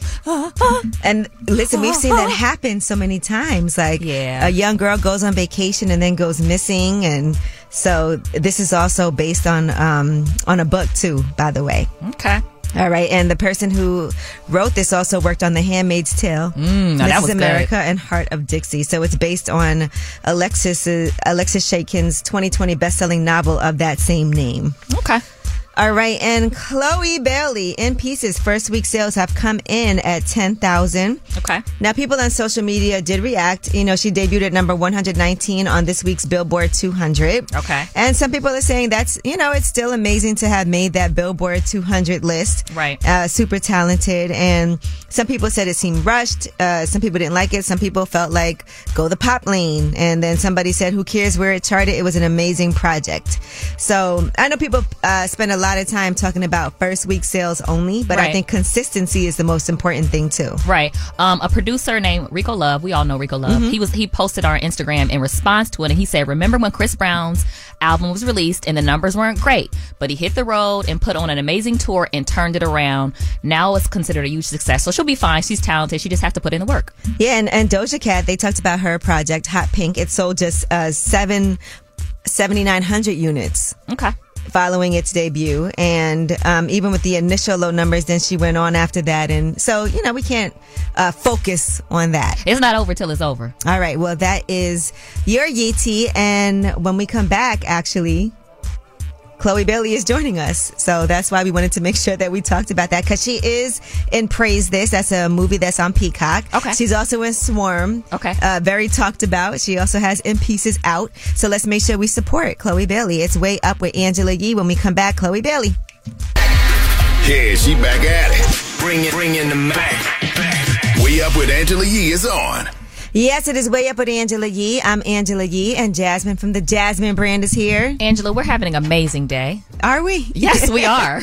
and listen, we've seen that happen so many times. Like
Yeah.
a young girl goes on vacation and then goes missing, and so this is also based on um, on a book too. By the way,
okay.
All right, and the person who wrote this also worked on The Handmaid's Tale, mm,
now
Mrs.
that was good.
America, and Heart of Dixie. So it's based on Alexis Alexis Shakin's 2020 best-selling novel of that same name.
Okay.
All right, and Chloe Bailey in pieces. First week sales have come in at ten thousand.
Okay.
Now people on social media did react. You know, she debuted at number one hundred nineteen on this week's Billboard two hundred.
Okay.
And some people are saying that's you know it's still amazing to have made that Billboard two hundred list.
Right.
Uh, super talented, and some people said it seemed rushed. Uh, some people didn't like it. Some people felt like go the pop lane, and then somebody said, "Who cares where it charted? It was an amazing project." So I know people uh, spend a lot of time talking about first week sales only, but I
Right.
think consistency is the most important thing too.
Right. Um, a producer named Rico Love. We all know Rico Love.
Mhm.
He was he posted on Instagram in response to it, and he said, "Remember when Chris Brown's album was released and the numbers weren't great, but he hit the road and put on an amazing tour and turned it around. Now it's considered a huge success. So she'll be fine. She's talented. She just has to put in the work.
Yeah, and, and Doja Cat, they talked about her project, Hot Pink. It sold just uh, seven, 7,900 units.
Okay.
Following its debut, and um, even with the initial low numbers, then she went on after that. And so, you know, we can't uh, focus on that.
It's not over till it's over.
All right. Well, that is your Yeti. And when we come back, actually, Chloe Bailey is joining us. So that's why we wanted to make sure that we talked about that because she is in Praise This. That's a movie that's on Peacock. Okay. She's also in Swarm. Okay. Uh, very talked about. She also has In Pieces out. So let's make sure we support Chloe Bailey. It's Way Up with Angela Yee. When we come back, Chloe Bailey.
Yeah, she back at it. Bring it, bring in the back. Way Up with Angela Yee is on.
Yes, it is Way Up with Angela Yee. I'm Angela Yee, and Jasmine from the Jasmine brand is here.
Angela, we're having an amazing day.
Are we?
Yes, we are.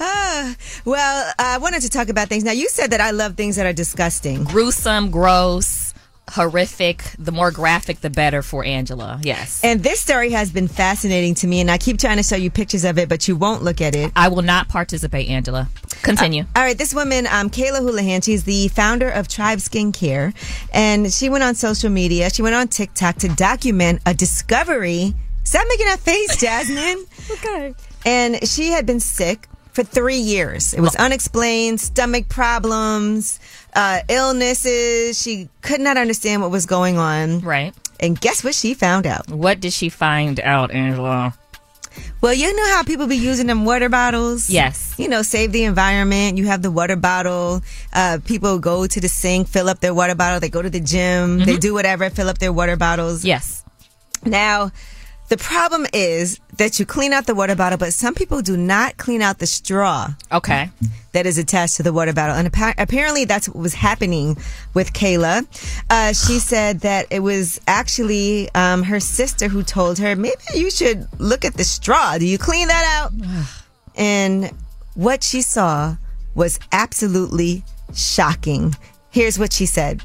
Ah, well, I wanted to talk about things. Now, you said that I love things that are disgusting.
Gruesome, gross, horrific. The more graphic, the better for Angela. Yes.
And this story has been fascinating to me, and I keep trying to show you pictures of it, but you won't look at it.
I will not participate, Angela. Continue.
Uh, All right, this woman, um, Kayla Houlihan, she's the founder of Tribe Skincare, and she went on social media. She went on TikTok to document a discovery. Stop making that face, Jasmine.
okay.
And she had been sick for three years. It was unexplained, stomach problems, uh, illnesses. She could not understand what was going on.
Right.
And guess what she found out?
What did she find out, Angela?
Well, you know how people be using them water bottles?
Yes.
You know, save the environment. You have the water bottle. Uh, people go to the sink, fill up their water bottle. They go to the gym. They do whatever, fill up their water bottles.
Mm-hmm. Yes.
Now, the problem is that you clean out the water bottle, but some people do not clean out the straw.
Okay.
That is attached to the water bottle. And appa- apparently that's what was happening with Kayla. Uh, she said that it was actually um, her sister who told her, maybe you should look at the straw. Do you clean that out? and what she saw was absolutely shocking. Here's what she said.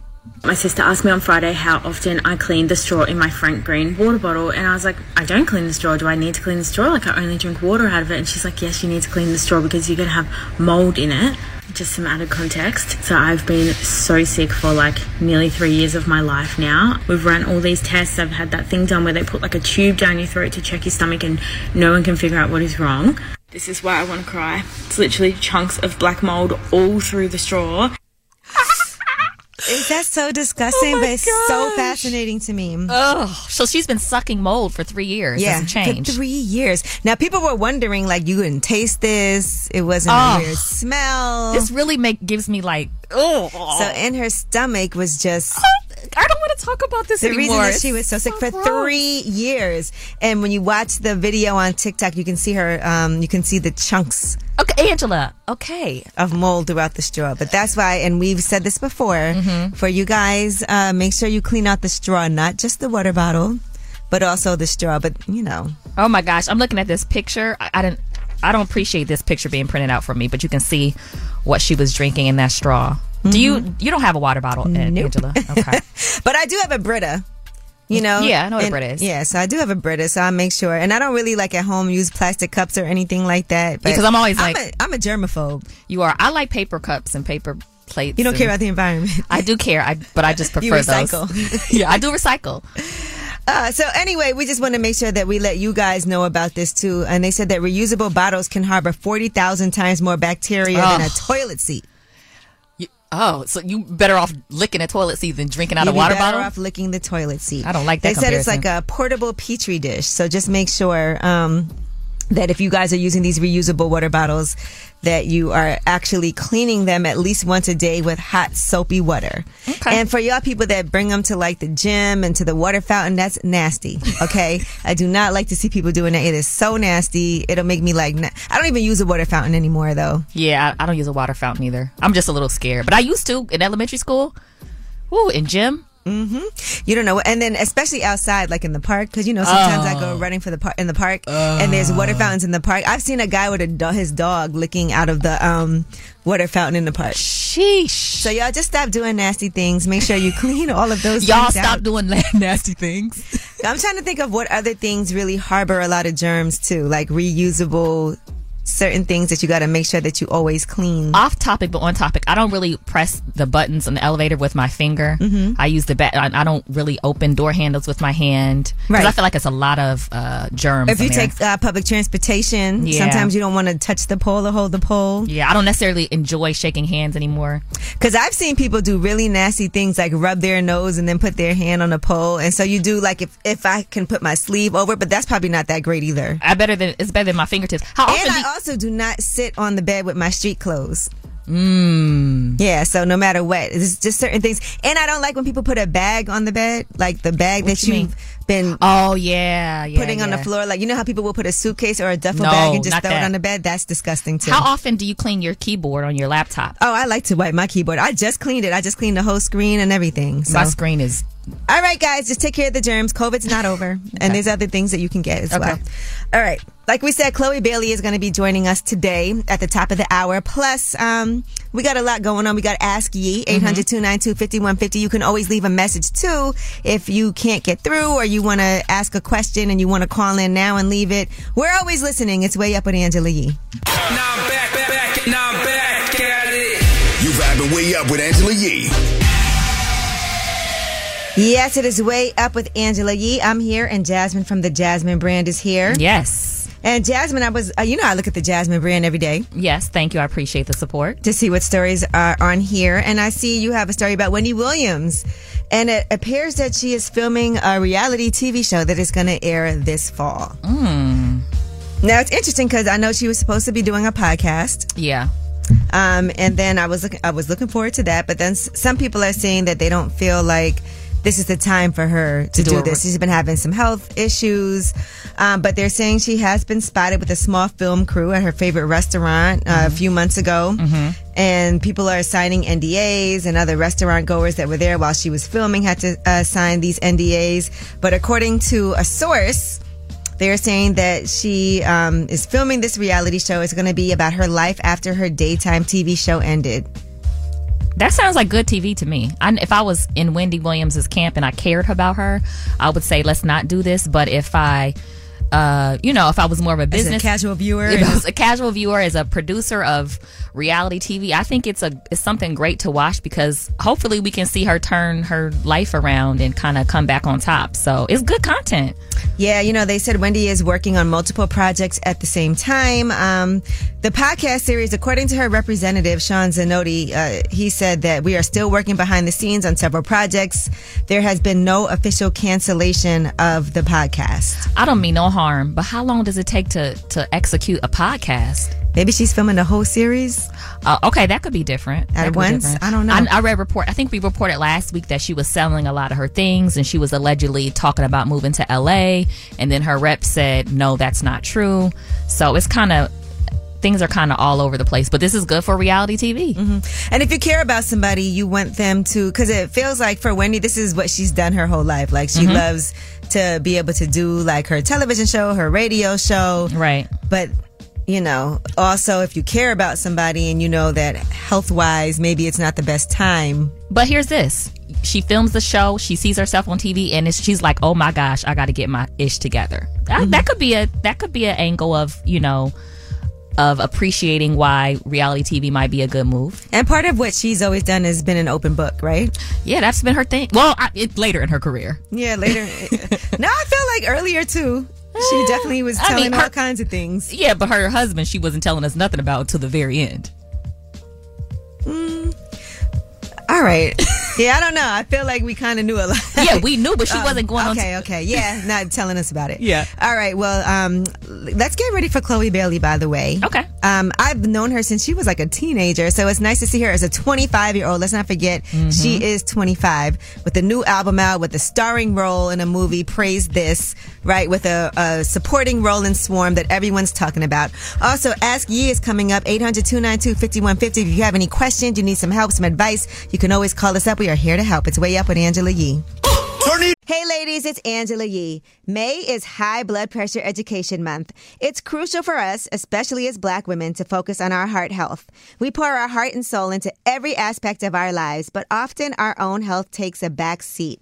My sister asked me on Friday how often I cleaned the straw in my Frank Green water bottle, and I was like, I don't clean the straw. Do I need to clean the straw? Like, I only drink water out of it. And she's like, Yes, you need to clean the straw because you're going to have mold in it. just some added context. So I've been so sick for like nearly three years of my life now. We've run all these tests. I've had that thing done where they put like a tube down your throat to check your stomach, and no one can figure out what is wrong. This is why I want to cry. It's literally chunks of black mold all through the straw.
Is that so disgusting, but it's so fascinating to me.
Oh, so she's been sucking mold for three years.
Yeah,
Hasn't changed.
for three years. Now people were wondering, like, you couldn't taste this. It wasn't
Oh.
a weird smell.
This really make gives me like, oh.
So in her stomach was just.
I don't want to talk about this
the
anymore.
reason that she was so sick for three years, and when you watch the video on TikTok, you can see her. Um, you can see the chunks.
Okay, Angela. Okay.
Of mold throughout the straw, but that's why, and we've said this before
Mm-hmm.
for you guys. Uh, make sure you clean out the straw, not just the water bottle, but also the straw. But you know,
Oh my gosh, I'm looking at this picture. I, I didn't. I don't appreciate this picture being printed out for me, but you can see what she was drinking in that straw. Do
Mm-hmm.
you? You don't have a water bottle, An- Angela. Okay.
But I do have a Brita. You know?
Yeah, I know what a
And-
Brita is.
Yeah, so I do have a Brita, so I make sure. And I don't really like at home use plastic cups or anything like that. but
because I'm always like,
a- I'm a germaphobe.
You are. I like paper cups and paper plates.
You don't care
and-
about the environment.
I do care. I but I just prefer
You
those.
recycle.
yeah, I do recycle.
Uh, so anyway, we just want to make sure that we let you guys know about this too. And they said that reusable bottles can harbor 40,000 times more bacteria than a
Ugh.
toilet seat.
You- oh, so you better off licking a toilet seat than drinking out
You'd
a
be
water
better
bottle.
off licking the toilet seat.
I don't like
They
that.
said it's
comparison.
like a portable petri dish, so just make sure um, that if you guys are using these reusable water bottles, that you are actually cleaning them at least once a day with hot soapy water. And for y'all people that bring them to like the gym and to the water fountain, that's nasty. Okay, I do not like to see people doing that. It is so nasty. It'll make me like na- I don't even use a water fountain anymore though.
Yeah, I, I don't use a water fountain either. I'm just a little scared, but I used to in elementary school. Woo, in gym.
Mm-hmm. You don't know, and then especially outside, like in the park, because you know sometimes I go
Oh.
running for the park in the park, and there's water fountains in the park. I've seen a guy with a do- his dog licking out of the um water fountain in the park.
Sheesh! So
y'all just stop doing nasty things. Make sure you clean all of those.
Y'all
things
stop
out.
doing la- nasty things.
I'm trying to think of what other things really harbor a lot of germs too, like reusable certain things that you got to make sure that you always clean.
Off topic, but on topic. I don't really press the buttons on the elevator with my finger.
Mhm.
I use the bat. I, I don't really open door handles with my hand because
Right.
I feel like it's a lot of uh, germs.
If you
in there.
take uh, public transportation,
Yeah.
sometimes you don't want to touch the pole or hold the pole.
yeah, I don't necessarily enjoy shaking hands anymore.
Because I've seen people do really nasty things like rub their nose and then put their hand on a pole. And so you do like if, if I can put my sleeve over, but that's probably not that great either.
I better than it's better than my fingertips. How often?
and I also do not sit on the bed with my street clothes.
Hmm.
Mm. Yeah, so no matter what, it's just certain things. And I don't like when people put a bag on the bed, like the bag that
you
you have been
oh yeah, yeah,
putting on the
yeah.
floor. Like you know how people will put a suitcase or a duffel
No,
bag and just
not
throw
that.
it on the bed. That's disgusting too.
How often do you clean your keyboard on your laptop?
Oh, I like to wipe my keyboard. I just cleaned it. I just cleaned the whole screen and everything. So.
My screen is
All right, guys, just take care of the germs. COVID's not over, and there's other things that you can get as well. All right, like we said, Chloe Bailey is going to be joining us today at the top of the hour. Plus, um, we got a lot going on. We got Ask
Mm-hmm.
Ye 800 292 5150. You can always leave a message too if you can't get through or you want to ask a question and you want to call in now and leave it. We're always listening. It's way up with Angela Yee.
You vibing way up with Angela Yee.
Yes, it is way up with Angela Yee. I'm here, and Jasmine from the Jasmine brand is here.
Yes.
And Jasmine, I was, uh, you know, I look at the Jasmine brand every day.
Yes, thank you. I appreciate the support.
To see what stories are on here. And I see you have a story about Wendy Williams. And it appears that she is filming a reality TV show that is going to air this fall.
Mm.
Now, it's interesting because I know she was supposed to be doing a podcast.
Yeah.
Um, and then I was looking, I was looking forward to that. But then s- some people are saying that they don't feel like this is the time for her to,
do
do,
it
this. She's been having some health issues, um, but they're saying she has been spotted with a small film crew at her favorite restaurant uh, a
Mm-hmm.
few months ago. And people are signing NDAs, and other restaurant goers that were there while she was filming had to uh, sign these NDAs. But according to a source, they're saying that she um, is filming this reality show. It's going to be about her life after her daytime TV show ended.
That sounds like good TV to me. I, if I was in Wendy Williams's camp and I cared about her, I would say let's not do this. But if I uh, you know, if I was more of a
As a
business
casual viewer
if
and-
I was a casual viewer, as a producer of reality TV, I think it's a it's something great to watch because hopefully we can see her turn her life around and kind of come back on top. So it's good content.
Yeah, you know, they said Wendy is working on multiple projects at the same time. Um, the podcast series, according to her representative, Sean Zanotti, uh, he said that we are still working behind the scenes on several projects. There has been no official cancellation of the podcast.
I don't mean no harm, but how long does it take to to execute a podcast?
Maybe she's filming the whole series.
Uh, okay, that could be different
At
That could be
once?
different.
I don't know.
I, I read report. I think we reported last week that she was selling a lot of her things, and she was allegedly talking about moving to L.A. And then her rep said, "No, that's not true." So it's kind of things are kind of all over the place. But this is good for reality TV.
Mm-hmm. And if you care about somebody, you want them to, because it feels like for Wendy, this is what she's done her whole life. Like she
Mhm.
loves to be able to do like her television show, her radio show.
Right.
But, you know, also if you care about somebody and you know that health wise, maybe it's not the best time.
But here's this: she films the show, she sees herself on TV, and it's, she's like, "Oh my gosh, I got to get my ish together." That,
Mm-hmm.
that could be a that could be an angle of you know of appreciating why reality TV might be a good move.
And part of what she's always done has been an open book, right?
Yeah, that's been her thing. Well, I, it, later in her career.
Yeah, later. no, I feel like earlier too. She definitely was
Eh, I
telling
mean, her-
all kinds of things.
Yeah, but her husband, she wasn't telling us nothing about until the very end.
All right. Mm, Yeah, I don't know. I feel like we kind of knew a lot.
Yeah, we knew, but she
Um,
wasn't going on
Okay, okay. Yeah, not telling us about it.
Yeah.
All right. Well, um, l- let's get ready for Chloe Bailey. By the way.
Okay.
Um, I've known her since she was like a teenager, so it's nice to see her as a 25 year old. Let's not forget she is 25 with a new album out, with a starring role in a movie, Praise This, right? With a, a supporting role in Swarm that everyone's talking about. Also, Ask Ye is coming up 800 292 5150. If you have any questions, you need some help, some advice, you can always call us up. We are here to help. It's Way Up with Angela Yee. Hey ladies, it's Angela Yee. May is High Blood Pressure Education Month. It's crucial for us, especially as black women, to focus on our heart health. We pour our heart and soul into every aspect of our lives, but often our own health takes a back seat.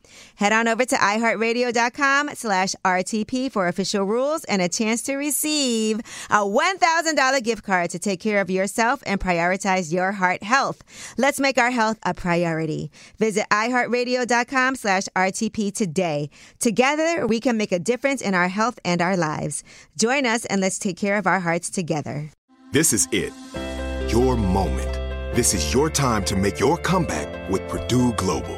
Head on over to iHeartRadio.com slash RTP for official rules and a chance to receive a $1,000 gift card to take care of yourself and prioritize your heart health. Let's make our health a priority. Visit iHeartRadio.com slash RTP today. Together, we can make a difference in our health and our lives. Join us and let's take care of our hearts together.
This is it. Your moment. This is your time to make your comeback with Purdue Global.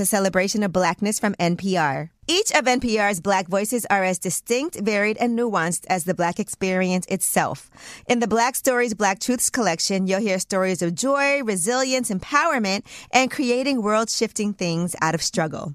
a celebration of blackness from NPR. Each of NPR's Black voices are as distinct, varied, and nuanced as the Black experience itself. In the Black Stories, Black Truths collection, you'll hear stories of joy, resilience, empowerment, and creating world shifting things out of struggle.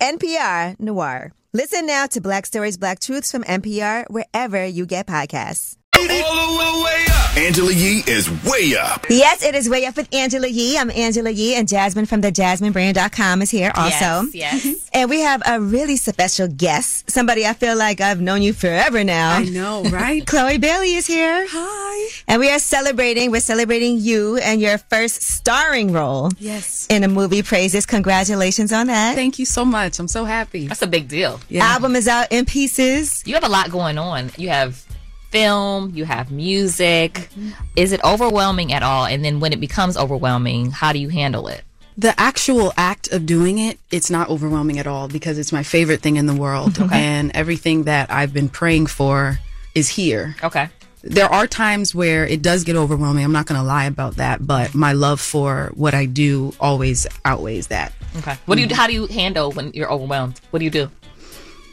NPR Noir. Listen now to Black Stories, Black Truths from NPR wherever you get podcasts.
Angela Yee is way up.
Yes, it is way up with Angela Yee. I'm Angela Yee, and Jasmine from the JasmineBrand.com is here also. Mm-hmm.
Yes, yes.
And we have a really special guest, somebody I feel like I've known you forever now.
I know, right?
Chloe Bailey is here.
Hi.
And we are celebrating, we're celebrating you and your first starring role.
Yes.
In a movie, Praises. Congratulations on that.
Thank you so much. I'm so happy.
That's a big deal.
Album is out in pieces.
You have a lot going on. You have film, you have music.
Mm-hmm.
Is it overwhelming at all? And then when it becomes overwhelming, how do you handle it?
The actual act of doing it, it's not overwhelming at all because it's my favorite thing in the world. And everything that I've been praying for is here.
Okay.
There are times where it does get overwhelming. I'm not going to lie about that, but my love for what I do always outweighs that.
Okay. What do you? How do you handle when you're overwhelmed? What do you do?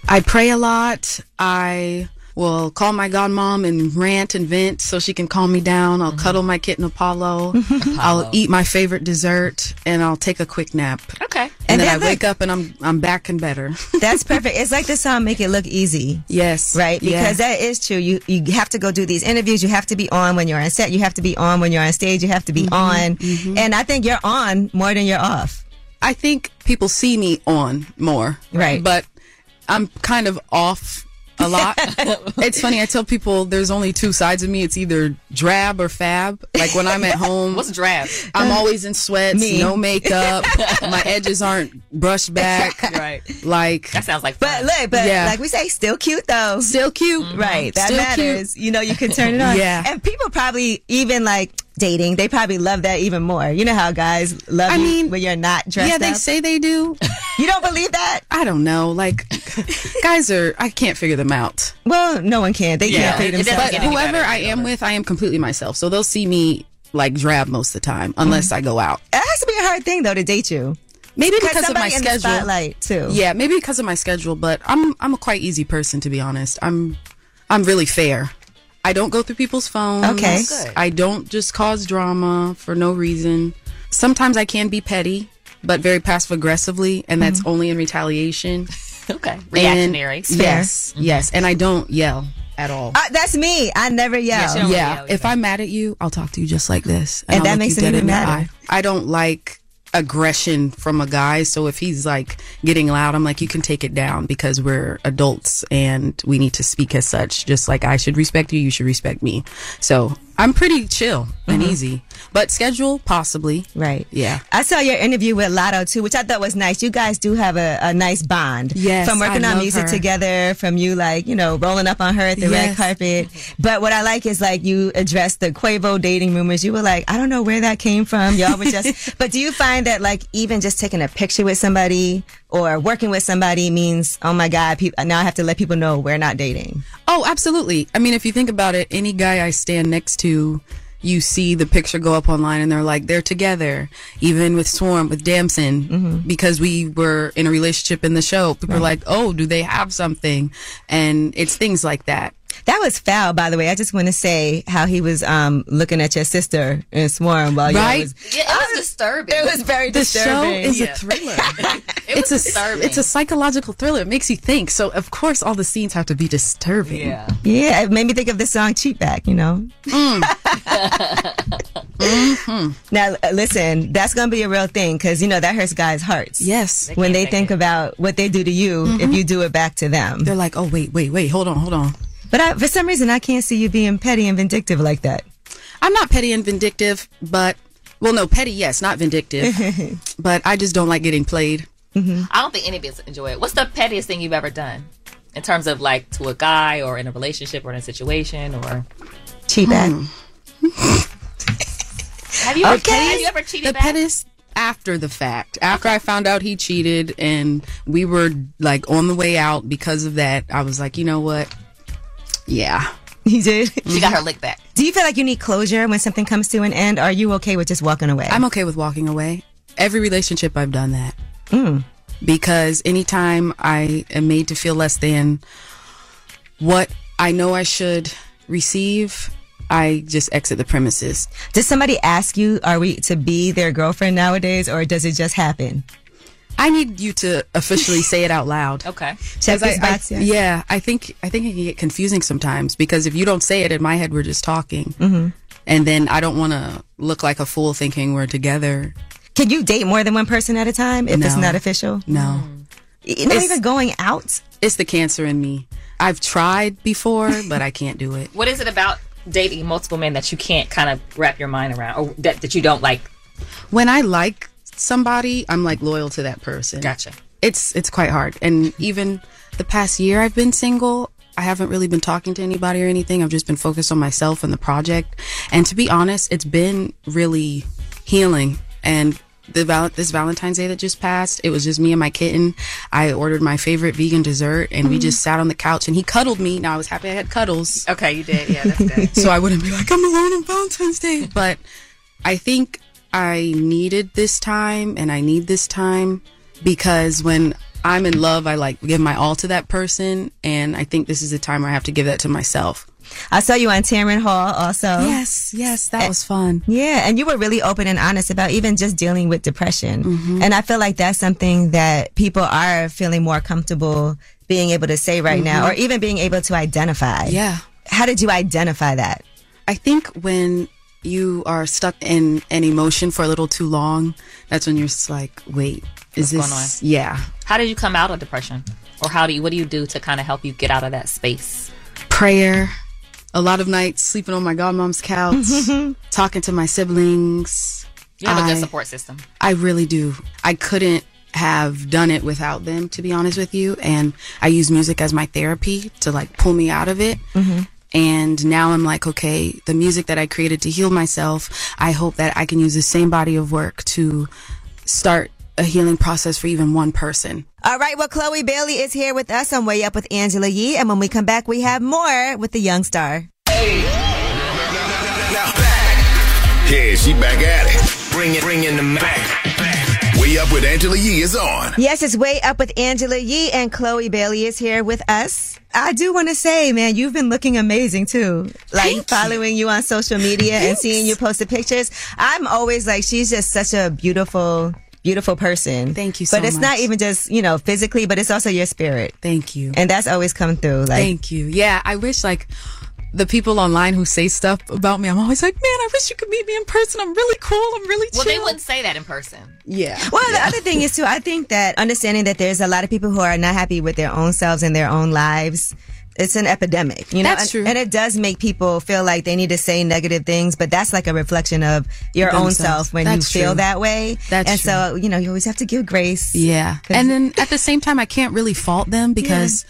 I pray a lot. I will call my godmom and rant and vent so she can calm me down. I'll cuddle my kitten Mm-hmm. Apollo. I'll eat my favorite dessert and I'll take a quick nap.
Okay.
And, then, I wake up and I'm I'm back and better.
That's perfect. It's like the song "Make It Look Easy."
Yes,
right. Because
Yeah.
that is true. You you have to go do these interviews. You have to be on when you're on set. You have to be on when you're on stage. You have to be
Mm-hmm.
on. And I think you're on more than you're off.
I think people see me on more.
Right.
But I'm kind of off a lot. it's funny. I tell people there's only two sides of me. It's either drab or fab. Like when I'm at home.
What's drab?
I'm always in sweats,
Me.
no makeup. my edges aren't brushed back.
Right.
Like
that sounds like.
But look, but
Yeah.
like we say, still cute though.
Still cute,
right? That
Still
matters.
cute.
You know, Oh, you can turn it on.
Yeah.
And people probably even like dating. They probably love that even more. You know how guys love
I
you
mean,
when you're not dressed.
yeah, they
up?
say they do.
You don't believe that?
I don't know. Like guys are. I can't figure them out.
Well, no one can. They
Yeah.
can't pay
It doesn't
themselves.
get any But whoever better. I am with, I am completely myself. So they'll see me like drab most of the time, unless
Mm-hmm.
I go out.
It has to be a hard thing though to date you.
Maybe
'Cause
because of my
somebody in the
schedule.
spotlight, too.
Yeah, maybe because of my schedule. But I'm I'm a quite easy person to be honest. I'm I'm really fair. I don't go through people's phones.
Okay. Good.
I don't just cause drama for no reason. Sometimes I can be petty, but very passive aggressively, and
Mm-hmm.
that's only in retaliation.
Okay.
And-
Reactionary.
yes.
Fair.
Yes. And I don't yell at all.
Uh, that's me. I never yell.
yeah. If I'm mad at you, I'll talk to you just like this.
And
I'll
that
look
makes
you
it
dead
even
in the
madder.
eye. I don't like aggression from a guy. So if he's like getting loud, I'm like, you can take it down because we're adults and we need to speak as such. Just like I should respect you, you should respect me. So I'm pretty chill and easy, but schedule possibly.
Right.
Yeah.
I saw your interview with Lotto too, which I thought was nice. You guys do have a, a nice bond.
Yes,
From working
I
on
love
music
her.
together, from you like, you know, rolling up on her at the red
Yes.
carpet. But what I like is like you addressed the Quavo dating rumors. You were like, I don't know where that came from. Y'all were just, but do you find that like even just taking a picture with somebody or working with somebody means, oh my God, peop now I have to let people know we're not dating?
Oh, absolutely. I mean, if you think about it, any guy I stand next to, you see the picture go up online and they're like, they're together, even with Swarm, with Damson, because we were in a relationship in the show. People are like, oh, do they have something? And it's things like that.
That was foul, by the way. I just want to say how he was um, looking at your sister in Swarm while you
Right?
was
Yeah, it was disturbing.
It was very
The show
disturbing.
is
Yeah.
a thriller.
It
it's
was
a
disturbing.
it's a psychological thriller. It makes you think. So of course, all the scenes have to be disturbing.
Yeah.
Yeah, it made me think of the song Cheat Back, you know?
Mm. Mm-hmm.
Now, uh, listen, that's going to be a real thing because, you know, that hurts guys' hearts.
Yes. They
when
can't
they
take
think about what they do to you if
Mhm.
you do it back to them.
They're like, oh, wait, wait, wait, hold on, hold on.
But I, for some reason, I can't see you being petty and vindictive like that.
I'm not petty and vindictive, but well, no, petty, yes, not vindictive, but I just don't like getting played.
Mhm.
I don't think any of us enjoy it. What's the pettiest thing you've ever done in terms of like to a guy or in a relationship or in a situation or
Cheap at.
have you ever,
Hmm. Okay.
have you ever cheated
the
back?
pettis after the fact after i found out he cheated and we were like on the way out because of that i was like you know what yeah
he did
She got her lick back.
Do you feel like you need closure when something comes to an end? Or are you okay with just walking away?
I'm okay with walking away. Every relationship I've done that.
Hmm.
Because anytime I am made to feel less than what I know I should receive, I just exit the premises.
Does somebody ask you, are we to be their girlfriend nowadays, or does it just happen?
I need you to officially say it out loud.
Okay.
Check this box,
I,
yeah.
yeah, I think I think it can get confusing sometimes because if you don't say it in my head, we're just talking,
Mhm.
and then I don't want to look like a fool thinking we're together.
Can you date more than one person at a time if it's
No.
not official?
No.
Not even going out?
It's the cancer in me. I've tried before, but I can't do it.
What is it about dating multiple men that you can't kind of wrap your mind around or that, that you don't like?
When I like somebody, I'm like loyal to that person.
Gotcha.
It's it's quite hard. And even the past year I've been single, I haven't really been talking to anybody or anything. I've just been focused on myself and the project. And to be honest, it's been really healing and the val- this Valentine's Day that just passed, it was just me and my kitten. I ordered my favorite vegan dessert, and we
Mm.
just sat on the couch, and he cuddled me. Now I was happy I had cuddles.
Okay, you did. Yeah, that's good.
so I wouldn't be like, I'm alone on Valentine's Day. But I think I needed this time and I need this time because when I'm in love, I like give my all to that person. And I think this is the time where I have to give that to myself.
I saw you on Tamron Hall also.
Yes, yes, that was fun.
Yeah, and you were really open and honest about even just dealing with depression.
Mm-hmm.
And I feel like that's something that people are feeling more comfortable being able to say right now,
Mhm.
or even being able to identify.
Yeah.
How did you identify that?
I think when you are stuck in an emotion for a little too long, that's when you're just like, wait,
What's
is this?
going on?
Yeah.
How did you come out of depression? Or how do you, what do you do to kind of help you get out of that space?
prayer, a lot of nights sleeping on my godmom's couch, talking to my siblings.
Mm-hmm. You have a good
I-
support system.
I really do. I couldn't have done it without them, to be honest with you. And I use music as my therapy to like pull me out of it.
Mhm.
And now I'm like, okay, the music that I created to heal myself, I hope that I can use the same body of work to start a healing process for even one person.
All right, well, Chloe Bailey is here with us on Way Up with Angela Yee. And when we come back, we have more with the Young Star.
Yeah, she back at it. Bring it, bring in the back. We up with Angela Yee is on.
Yes, it's Way Up with Angela Yee, and Chloe Bailey is here with us. I do want to say, man, you've been looking amazing too. Like following you on social media and seeing you posted pictures. I'm always like, she's just such a beautiful, beautiful person. Thank
you so
But it's not even just, you know, physically, but it's also your spirit.
Thank you.
And that's always come through. Like,
Thank you. Yeah, I wish like the people online who say stuff about me, I'm always like, man, I wish you could meet me in person. I'm really cool. I'm really chill.
Well, they wouldn't say that in person.
Yeah.
Well, the other thing is too, I think that understanding that there's a lot of people who are not happy with their own selves and their own lives. It's an epidemic, you know,
That's
and,
true.
and it does make people feel like they need to say negative things, but that's like a reflection of your own
Themselves.
self when
That's
you feel
true.
that way.
That's
and so you know you always have to give grace.
Yeah. And then at the same time, I can't really fault them because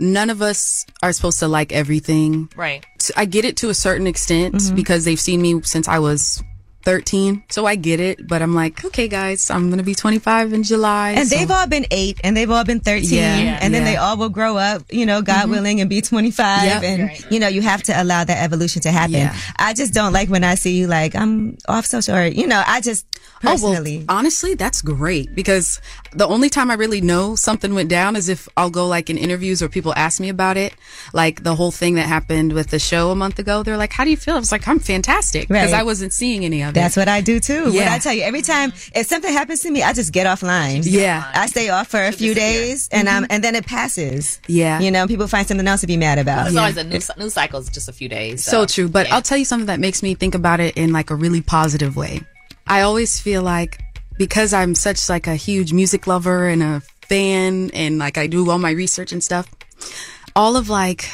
none of us are supposed to like everything.
Right.
So I get it to a certain extent
Mm-hmm.
because they've seen me since I was 13. So I get it, but I'm like, okay, guys, I'm going to be 25 in July.
And
so-
they've all been eight, and they've all been thirteen,
Yeah. Yeah.
and then
Yeah. Mm-hmm.
they all will grow up, you know, God willing, and be twenty five,
Yep.
and you know you have to allow that evolution to happen.
Yeah.
I just don't like when I see you like I'm off social, or you know, I just personally.
Oh, well, honestly, that's great because the only time I really know something went down is if I'll go like in interviews or people ask me about it. Like the whole thing that happened with the show a month ago, they're like, how do you feel? I was like, I'm fantastic because
Right.
I wasn't seeing any of
That's
it.
what I do too. What
Yeah.
I tell you, every time if something happens to me, I just get offline.
Yeah. Mm-hmm.
I stay off for a few days, and um, and then it passes.
Yeah.
you know, people find something else to be mad about.
There's always a new, new cycle is just a few days.
So true. But I'll tell you something that makes me think about it in like a really positive way. I always feel like because I'm such like a huge music lover and a fan and like I do all my research and stuff, all of like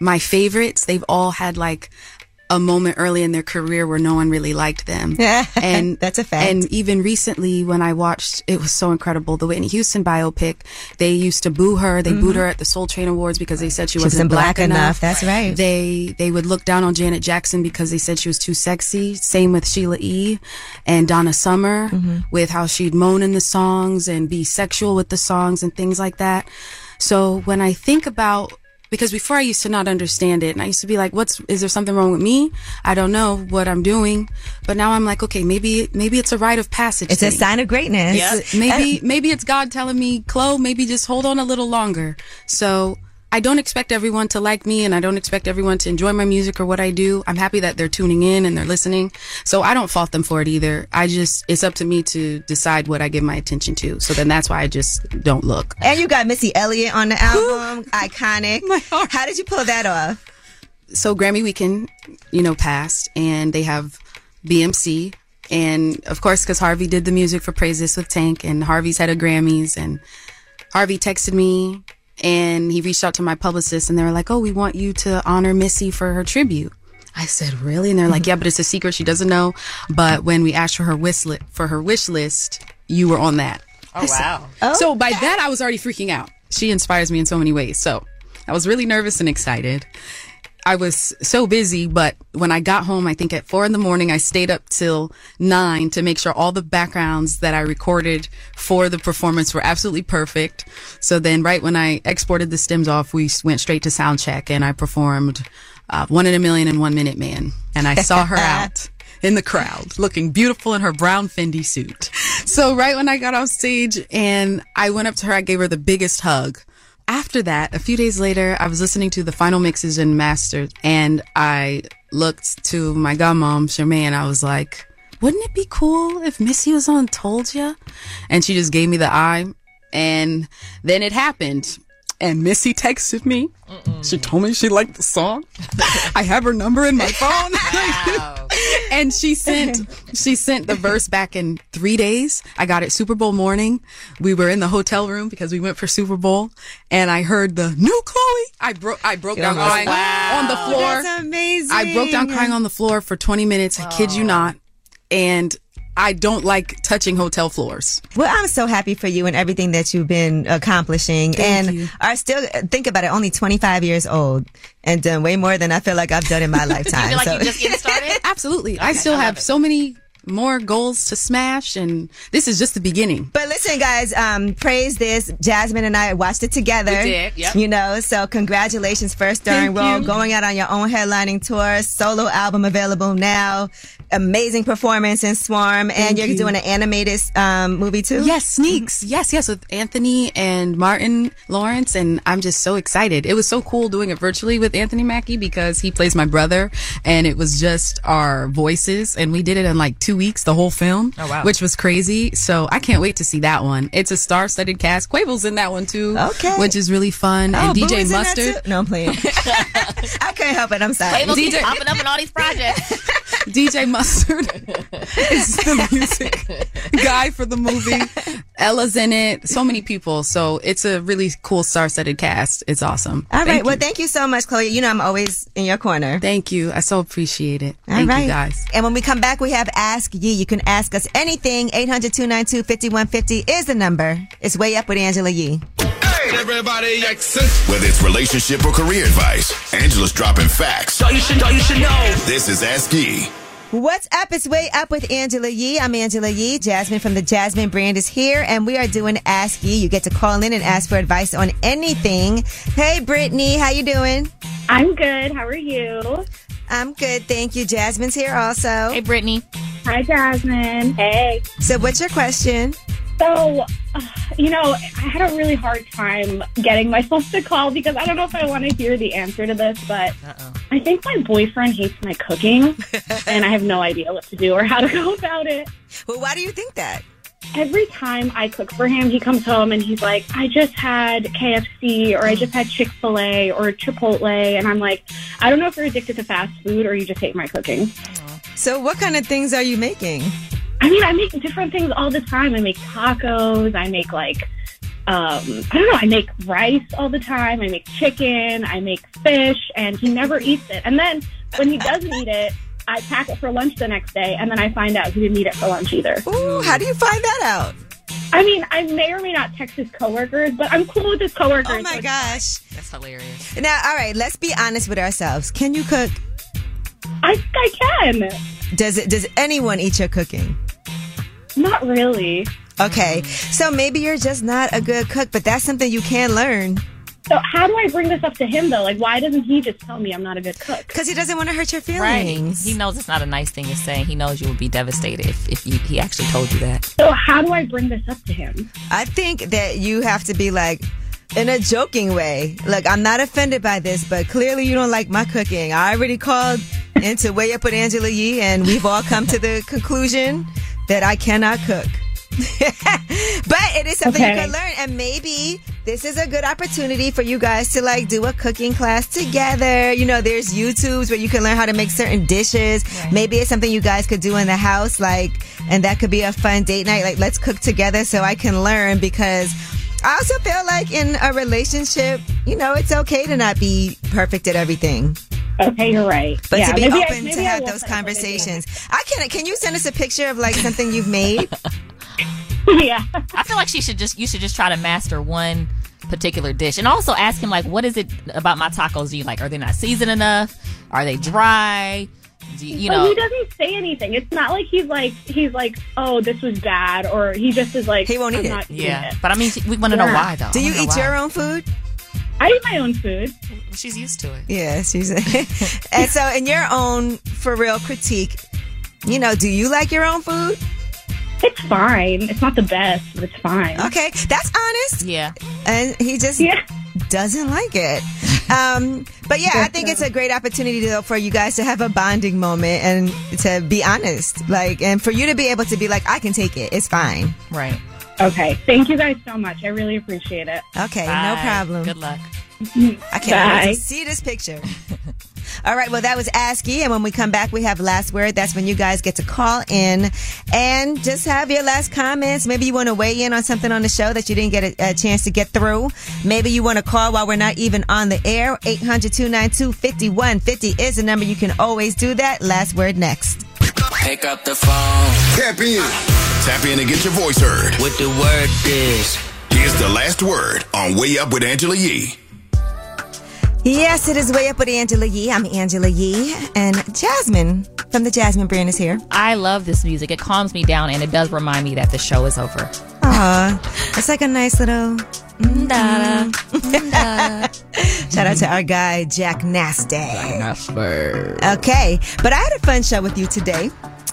my favorites, they've all had like a a moment early in their career where no one really liked them. and
that's a fact.
And even recently, when I watched, it was so incredible the Whitney Houston biopic. They used to boo her. They booed
Mhm.
her at the Soul Train Awards because they said she,
She wasn't black enough. That's
right. They they would look down on Janet Jackson because they said she was too sexy. Same with Sheila E. and Donna Summer
Mm-hmm.
Mhm.
with how she'd moan in the songs and be sexual with the songs and things like that. So when I think about because before I used to not understand it and I used to be like, what's, is there something wrong with me? I don't know what I'm doing. But now I'm like, okay, maybe, maybe it's a rite of passage.
It's a
thing.
sign of greatness. Yeah.
Maybe, maybe it's God telling me, Chloe, maybe just hold on a little longer. So I don't expect everyone to like me and I don't expect everyone to enjoy my music or what I do. I'm happy that they're tuning in and they're listening. So I don't fault them for it either. I just, it's up to me to decide what I give my attention to. So then that's why I just don't look.
And you got Missy Elliott on the album, iconic. How did you pull that off?
so Grammy weekend, you know, passed, and they have BMC, and of course, because Harvey did the music for Praise This with Tank, and Harvey's had a Grammys, and Harvey texted me, and he reached out to my publicist, and they were like, "Oh, we want you to honor Missy for her tribute." I said, "Really?" And they're like, "Yeah, but it's a secret; she doesn't know." But when we asked for her wish list, for her wish list, you were on that.
Oh,
I said-
wow.
So by that, I was already freaking out. She inspires me in so many ways. So I was really nervous and excited. I was so busy, but when I got home, I think at four in the morning, I stayed up till nine to make sure all the backgrounds that I recorded for the performance were absolutely perfect. So then right when I exported the stems off, we s- went straight to sound check and I performed uh, One in a Million and One Minute Man. And I saw her out in the crowd looking beautiful in her brown Fendi suit. So right when I got off stage and I went up to her, I gave her the biggest hug. After that, a few days later, I was listening to the final mixes and masters and I looked to my godmom, Charmaine, and I was like, wouldn't it be cool if Missy was on Told Ya? And she just gave me the eye. And then it happened. And Missy texted me. She told me she liked the song. I have her number in my phone. and she sent she sent the verse back in three days. I got it Super Bowl morning. We were in the hotel room because we went for Super Bowl, and I heard the new Chloe. I broke I broke down
Oh,
crying
wow.
on the floor.
That's amazing.
I broke down crying on the floor for 20 minutes. I kid you not. And I don't like touching hotel floors.
Well, I'm so happy for you and everything that you've been accomplishing
Thank
and are still, think about it, only 25 years old and done way more than I feel like I've done in my lifetime. so
getting started?
Absolutely. I still have so many more goals to smash, and this is just the beginning.
But listen, guys, um, praise this. Jasmine and I watched it together.
We did, yep.
You know, so congratulations, first starring
Thank
role,
you.
going out on your own headlining tour, solo album available now. Amazing performance in Swarm, and
Thank
you're
you.
doing an animated um, movie too.
Yes, Sneaks. Yes, yes, with Anthony and Martin Lawrence. And I'm just so excited. It was so cool doing it virtually with Anthony Mackie because he plays my brother and it was just our voices. And we did it in like two weeks, the whole film,
Oh, wow.
which was crazy. So I can't wait to see that one. It's a star studded cast. Quavo's in that one too, okay. which is really fun.
Oh,
and
Boo
DJ
is in that too?
Mustard.
No, I'm playing. I couldn't help it. I'm sorry.
Quavo keeps
DJ
popping up in all these projects.
DJ Mustard is the music guy for the movie. Ella's in it. So many people. So it's a really cool star-studded cast. It's awesome.
All right.
Thank
Well, thank you so much, Chloe. You know I'm always in your corner.
Thank you. I so appreciate it.
All
Thank
right.
you guys.
And when we come back, we have Ask Ye. You can ask us anything. 800 292 5150 is the number. It's way up with Angela Yee.
Everybody Whether it's relationship or career advice, Angela's dropping facts.
Thought you should- thought you should know.
This is Ask E. Yee.
What's up? It's way up with Angela Yee. I'm Angela Yee. Jasmine from the Jasmine brand is here, and we are doing Ask Yee. You get to call in and ask for advice on anything. Hey, Brittany, how you doing?
I'm good. How are you?
I'm good, thank you. Jasmine's here also. Hey,
Brittany.
Hi, Jasmine. Hey.
So, what's your question?
So, uh, you know, I had a really hard time getting myself to call because I don't know if I want to hear the answer to this, but I think my boyfriend hates my cooking, and I have no idea what to do or how to go about it.
Well, why do you think that?
Every time I cook for him, he comes home and he's like, I just had KFC or I just had Chick fil A or Chipotle. And I'm like, I don't know if you're addicted to fast food or you just hate my cooking.
So, what kind of things are you making?
I mean, I make different things all the time. I make tacos. I make like, um, I don't know. I make rice all the time. I make chicken. I make fish, and he never eats it. And then when he doesn't eat it, I pack it for lunch the next day, and then I find out he didn't eat it for lunch either.
Ooh, how do you find that out?
I mean, I may or may not text his coworkers, but I'm cool with his coworkers.
Oh my gosh.
That's hilarious.
Now, all right, let's be honest with ourselves. Can you cook?
I think I can.
Does it? Does anyone eat your cooking?
Not really.
Okay, so maybe you're just not a good cook, but that's something you can learn.
So how do I bring this up to him though? Like, why doesn't he just tell me I'm not a good cook?
Because he doesn't want to hurt your
Right. He knows it's not a nice thing to say. He knows you would be devastated if, if you, he actually told you that.
So how do I bring this up to him?
I think that you have to be like, in a joking way. Look, I'm not offended by this, but clearly you don't like my cooking. I already called into Way Up with Angela Yee, and we've all come to the conclusion that I cannot cook. but it is something you
Okay.
can learn, and maybe this is a good opportunity for you guys to like do a cooking class together. You know, there's YouTubes where you can learn how to make certain dishes. Maybe it's something you guys could do in the house, like, and that could be a fun date night. Like, let's cook together so I can learn because I also feel like in a relationship, you know, it's okay to not be perfect at everything.
Okay, you're right.
But
Yeah,
to be
maybe I-
open to
maybe I
have
will
those conversations. I can. Can you send us a picture of like something you've made?
yeah.
I feel like she should just you should just try to master one particular dish and also ask him like what is it about my tacos do you like? Are they not seasoned enough? Are they dry? Do you, you
But
know
he doesn't say anything. It's not like he's like he's like, oh, this was bad, or he just is like, he won't
eat it. Yeah. But I mean, we wanna know why, though. Do I you wanna know eat your why.
own food?
I eat my own food.
She's used to it.
Yeah, she's. and so, in your own for real critique, you know, do you like your own food?
It's fine. It's not the best, but it's fine.
Okay, that's honest.
Yeah.
And he just doesn't like it. Um, but yeah, I think it's a great opportunity though for you guys to have a bonding moment and to be honest, like, and for you to be able to be like, I can take it. It's fine.
Right.
Okay. Thank you guys so much. I really appreciate it. Mm-hmm.
Okay, no problem. Good
luck.
I can't
Bye.
wait to see this picture. All right, well, that was ASCII. And when we come back, we have Last Word. That's when you guys get to call in and just have your last comments. Maybe you want to weigh in on something on the show that you didn't get a, a chance to get through. Maybe you want to call while we're not even on the air. 800 292 5150 is the number. You can always do that. Last Word next.
Pick up the phone.
Tap in. Tap in and get your voice heard. What the word is. Here's the last word on Way Up with Angela Yee.
Yes, it is Way Up with Angela Yee. I'm Angela Yee. And Jasmine from the Jasmine brand is here.
I love this music. It calms me down and it does remind me that the show is over.
Aw, it's like a nice little. mm-mm.
Mm-hmm.
Shout out to our guy Jack Nasty. Okay, but I had a fun show with you today.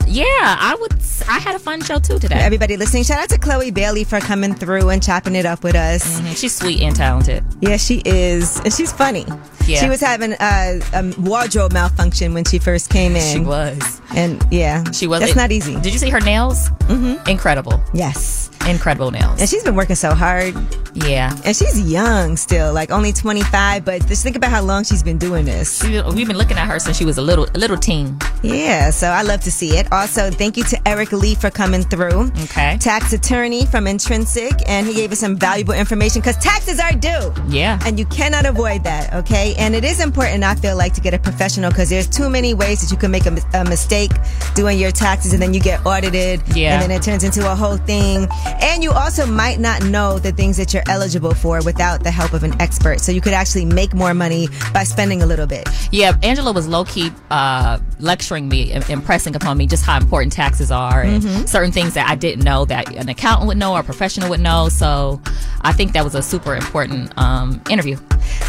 Yeah, I would. I had a fun show too today.
Everybody listening, shout out to Chloe Bailey for coming through and chopping it up with us.
She's sweet and talented.
Yeah, she is, and she's funny.
Yeah.
She was having a, a wardrobe malfunction when she first came in.
She was.
and yeah,
She was.
That's
it-
not easy.
Did you see her nails?
Mm-hmm.
Incredible.
Yes.
Incredible nails.
And she's been working so hard.
Yeah.
And she's young still, like only 25, but just think about how long she's been doing this.
She- We've been looking at her since she was a little a little teen.
Yeah, so I love to see it. Also, thank you to Eric Lee for coming through.
Okay.
Tax attorney from Intrinsic, and he gave us some valuable information because taxes are due.
Yeah.
And you cannot avoid that, okay? And it is important, I feel like, to get a professional because there's too many ways that you can make a, mis- a mistake doing your taxes and then you get audited.
Yeah.
And then it turns into a whole thing. And you also might not know the things that you're eligible for without the help of an expert. So you could actually make more money by spending a little bit.
Yeah, Angela was low key uh, lecturing me, im- impressing upon me just how important taxes are and
Mhm.
certain things that I didn't know that an accountant would know or a professional would know. So I think that was a super important um, interview.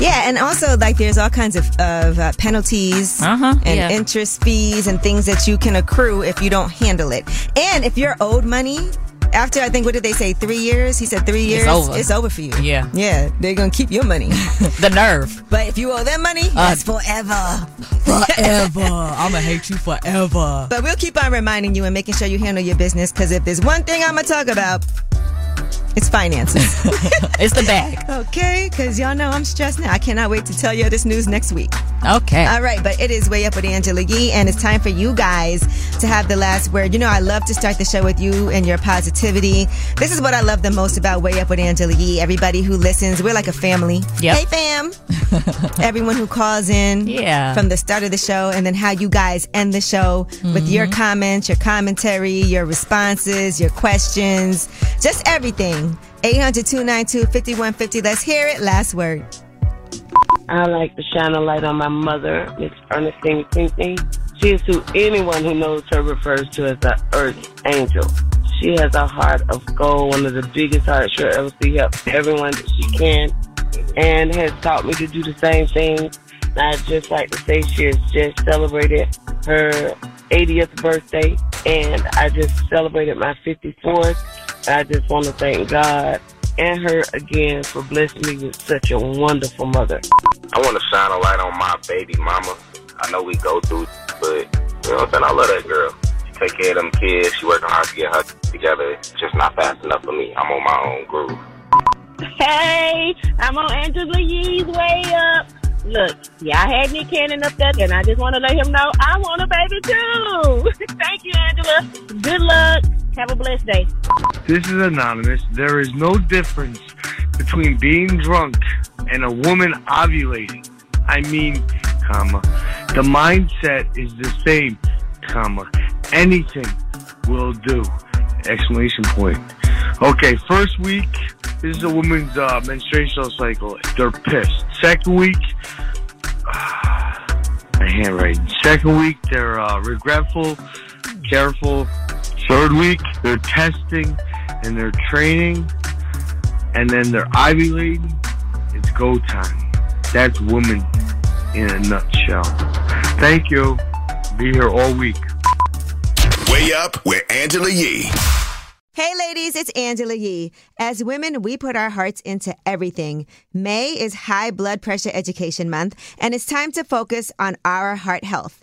Yeah, and also like there's all kinds of, of uh, penalties
Uh-huh,
and
yeah.
interest fees and things that you can accrue if you don't handle it. And if you're owed money after I think what did they say three years? He said three years.
it's over.
for you.
Yeah.
Yeah, they're gonna keep your money.
the nerve. Uh,
But if you owe them money, that's forever. Forever.
I'ma hate you forever.
But we'll keep on reminding you and making sure you handle your business because if there's one thing I'm gonna talk about, it's finances.
it's the bag.
Okay, because y'all know I'm stressed now. I cannot wait to tell you this news next week.
Okay.
All right, but it is way up with Angela Yee, and it's time for you guys to have the last word. You know, I love to start the show with you and your positivity. This is what I love the most about Way Up with Angela Yee. Everybody who listens, we're like a family.
Yep.
Hey, fam. Everyone who calls in
Yeah.
from the start of the show, and then how you guys end the show with your
Mhm.
comments, your commentary, your responses, your questions, just everything. 800 292 5150. Let's hear it. Last word.
I like to shine a light on my mother, Miss Ernestine Pinckney. She is who anyone who knows her refers to as the earth angel. She has a heart of gold, one of the biggest hearts you'll ever see, help everyone that she can, and has taught me to do the same thing. I just like to say she has just celebrated her 80th birthday, and I just celebrated my 54th. I just want to thank God and her again for blessing me with such a wonderful mother.
I want to shine a light on my baby mama. I know we go through, but you know what I'm saying? I love that girl. She take care of them kids. She working hard to get her together. It's just not fast enough for me. I'm on my own groove.
Hey, I'm on Angela Yee's way up. Look, y'all had Nick Cannon up there, and I just want to let him know I want a baby too. Thank you, Angela. Good luck. Have a blessed day.
This is anonymous. There is no difference between being drunk and a woman ovulating. I mean, comma, the mindset is the same, comma, anything will do. Exclamation point. Okay, first week, this is a woman's uh, menstruational cycle. They're pissed. Second week, ah, my handwriting. Second week, they're uh, regretful, careful. Third week, they're testing and they're training, and then they're ovulating. It's go time. That's woman in a nutshell. Thank you. Be here all week.
Way up with Angela Yee.
Hey, ladies, it's Angela Yee. As women, we put our hearts into everything. May is High Blood Pressure Education Month, and it's time to focus on our heart health.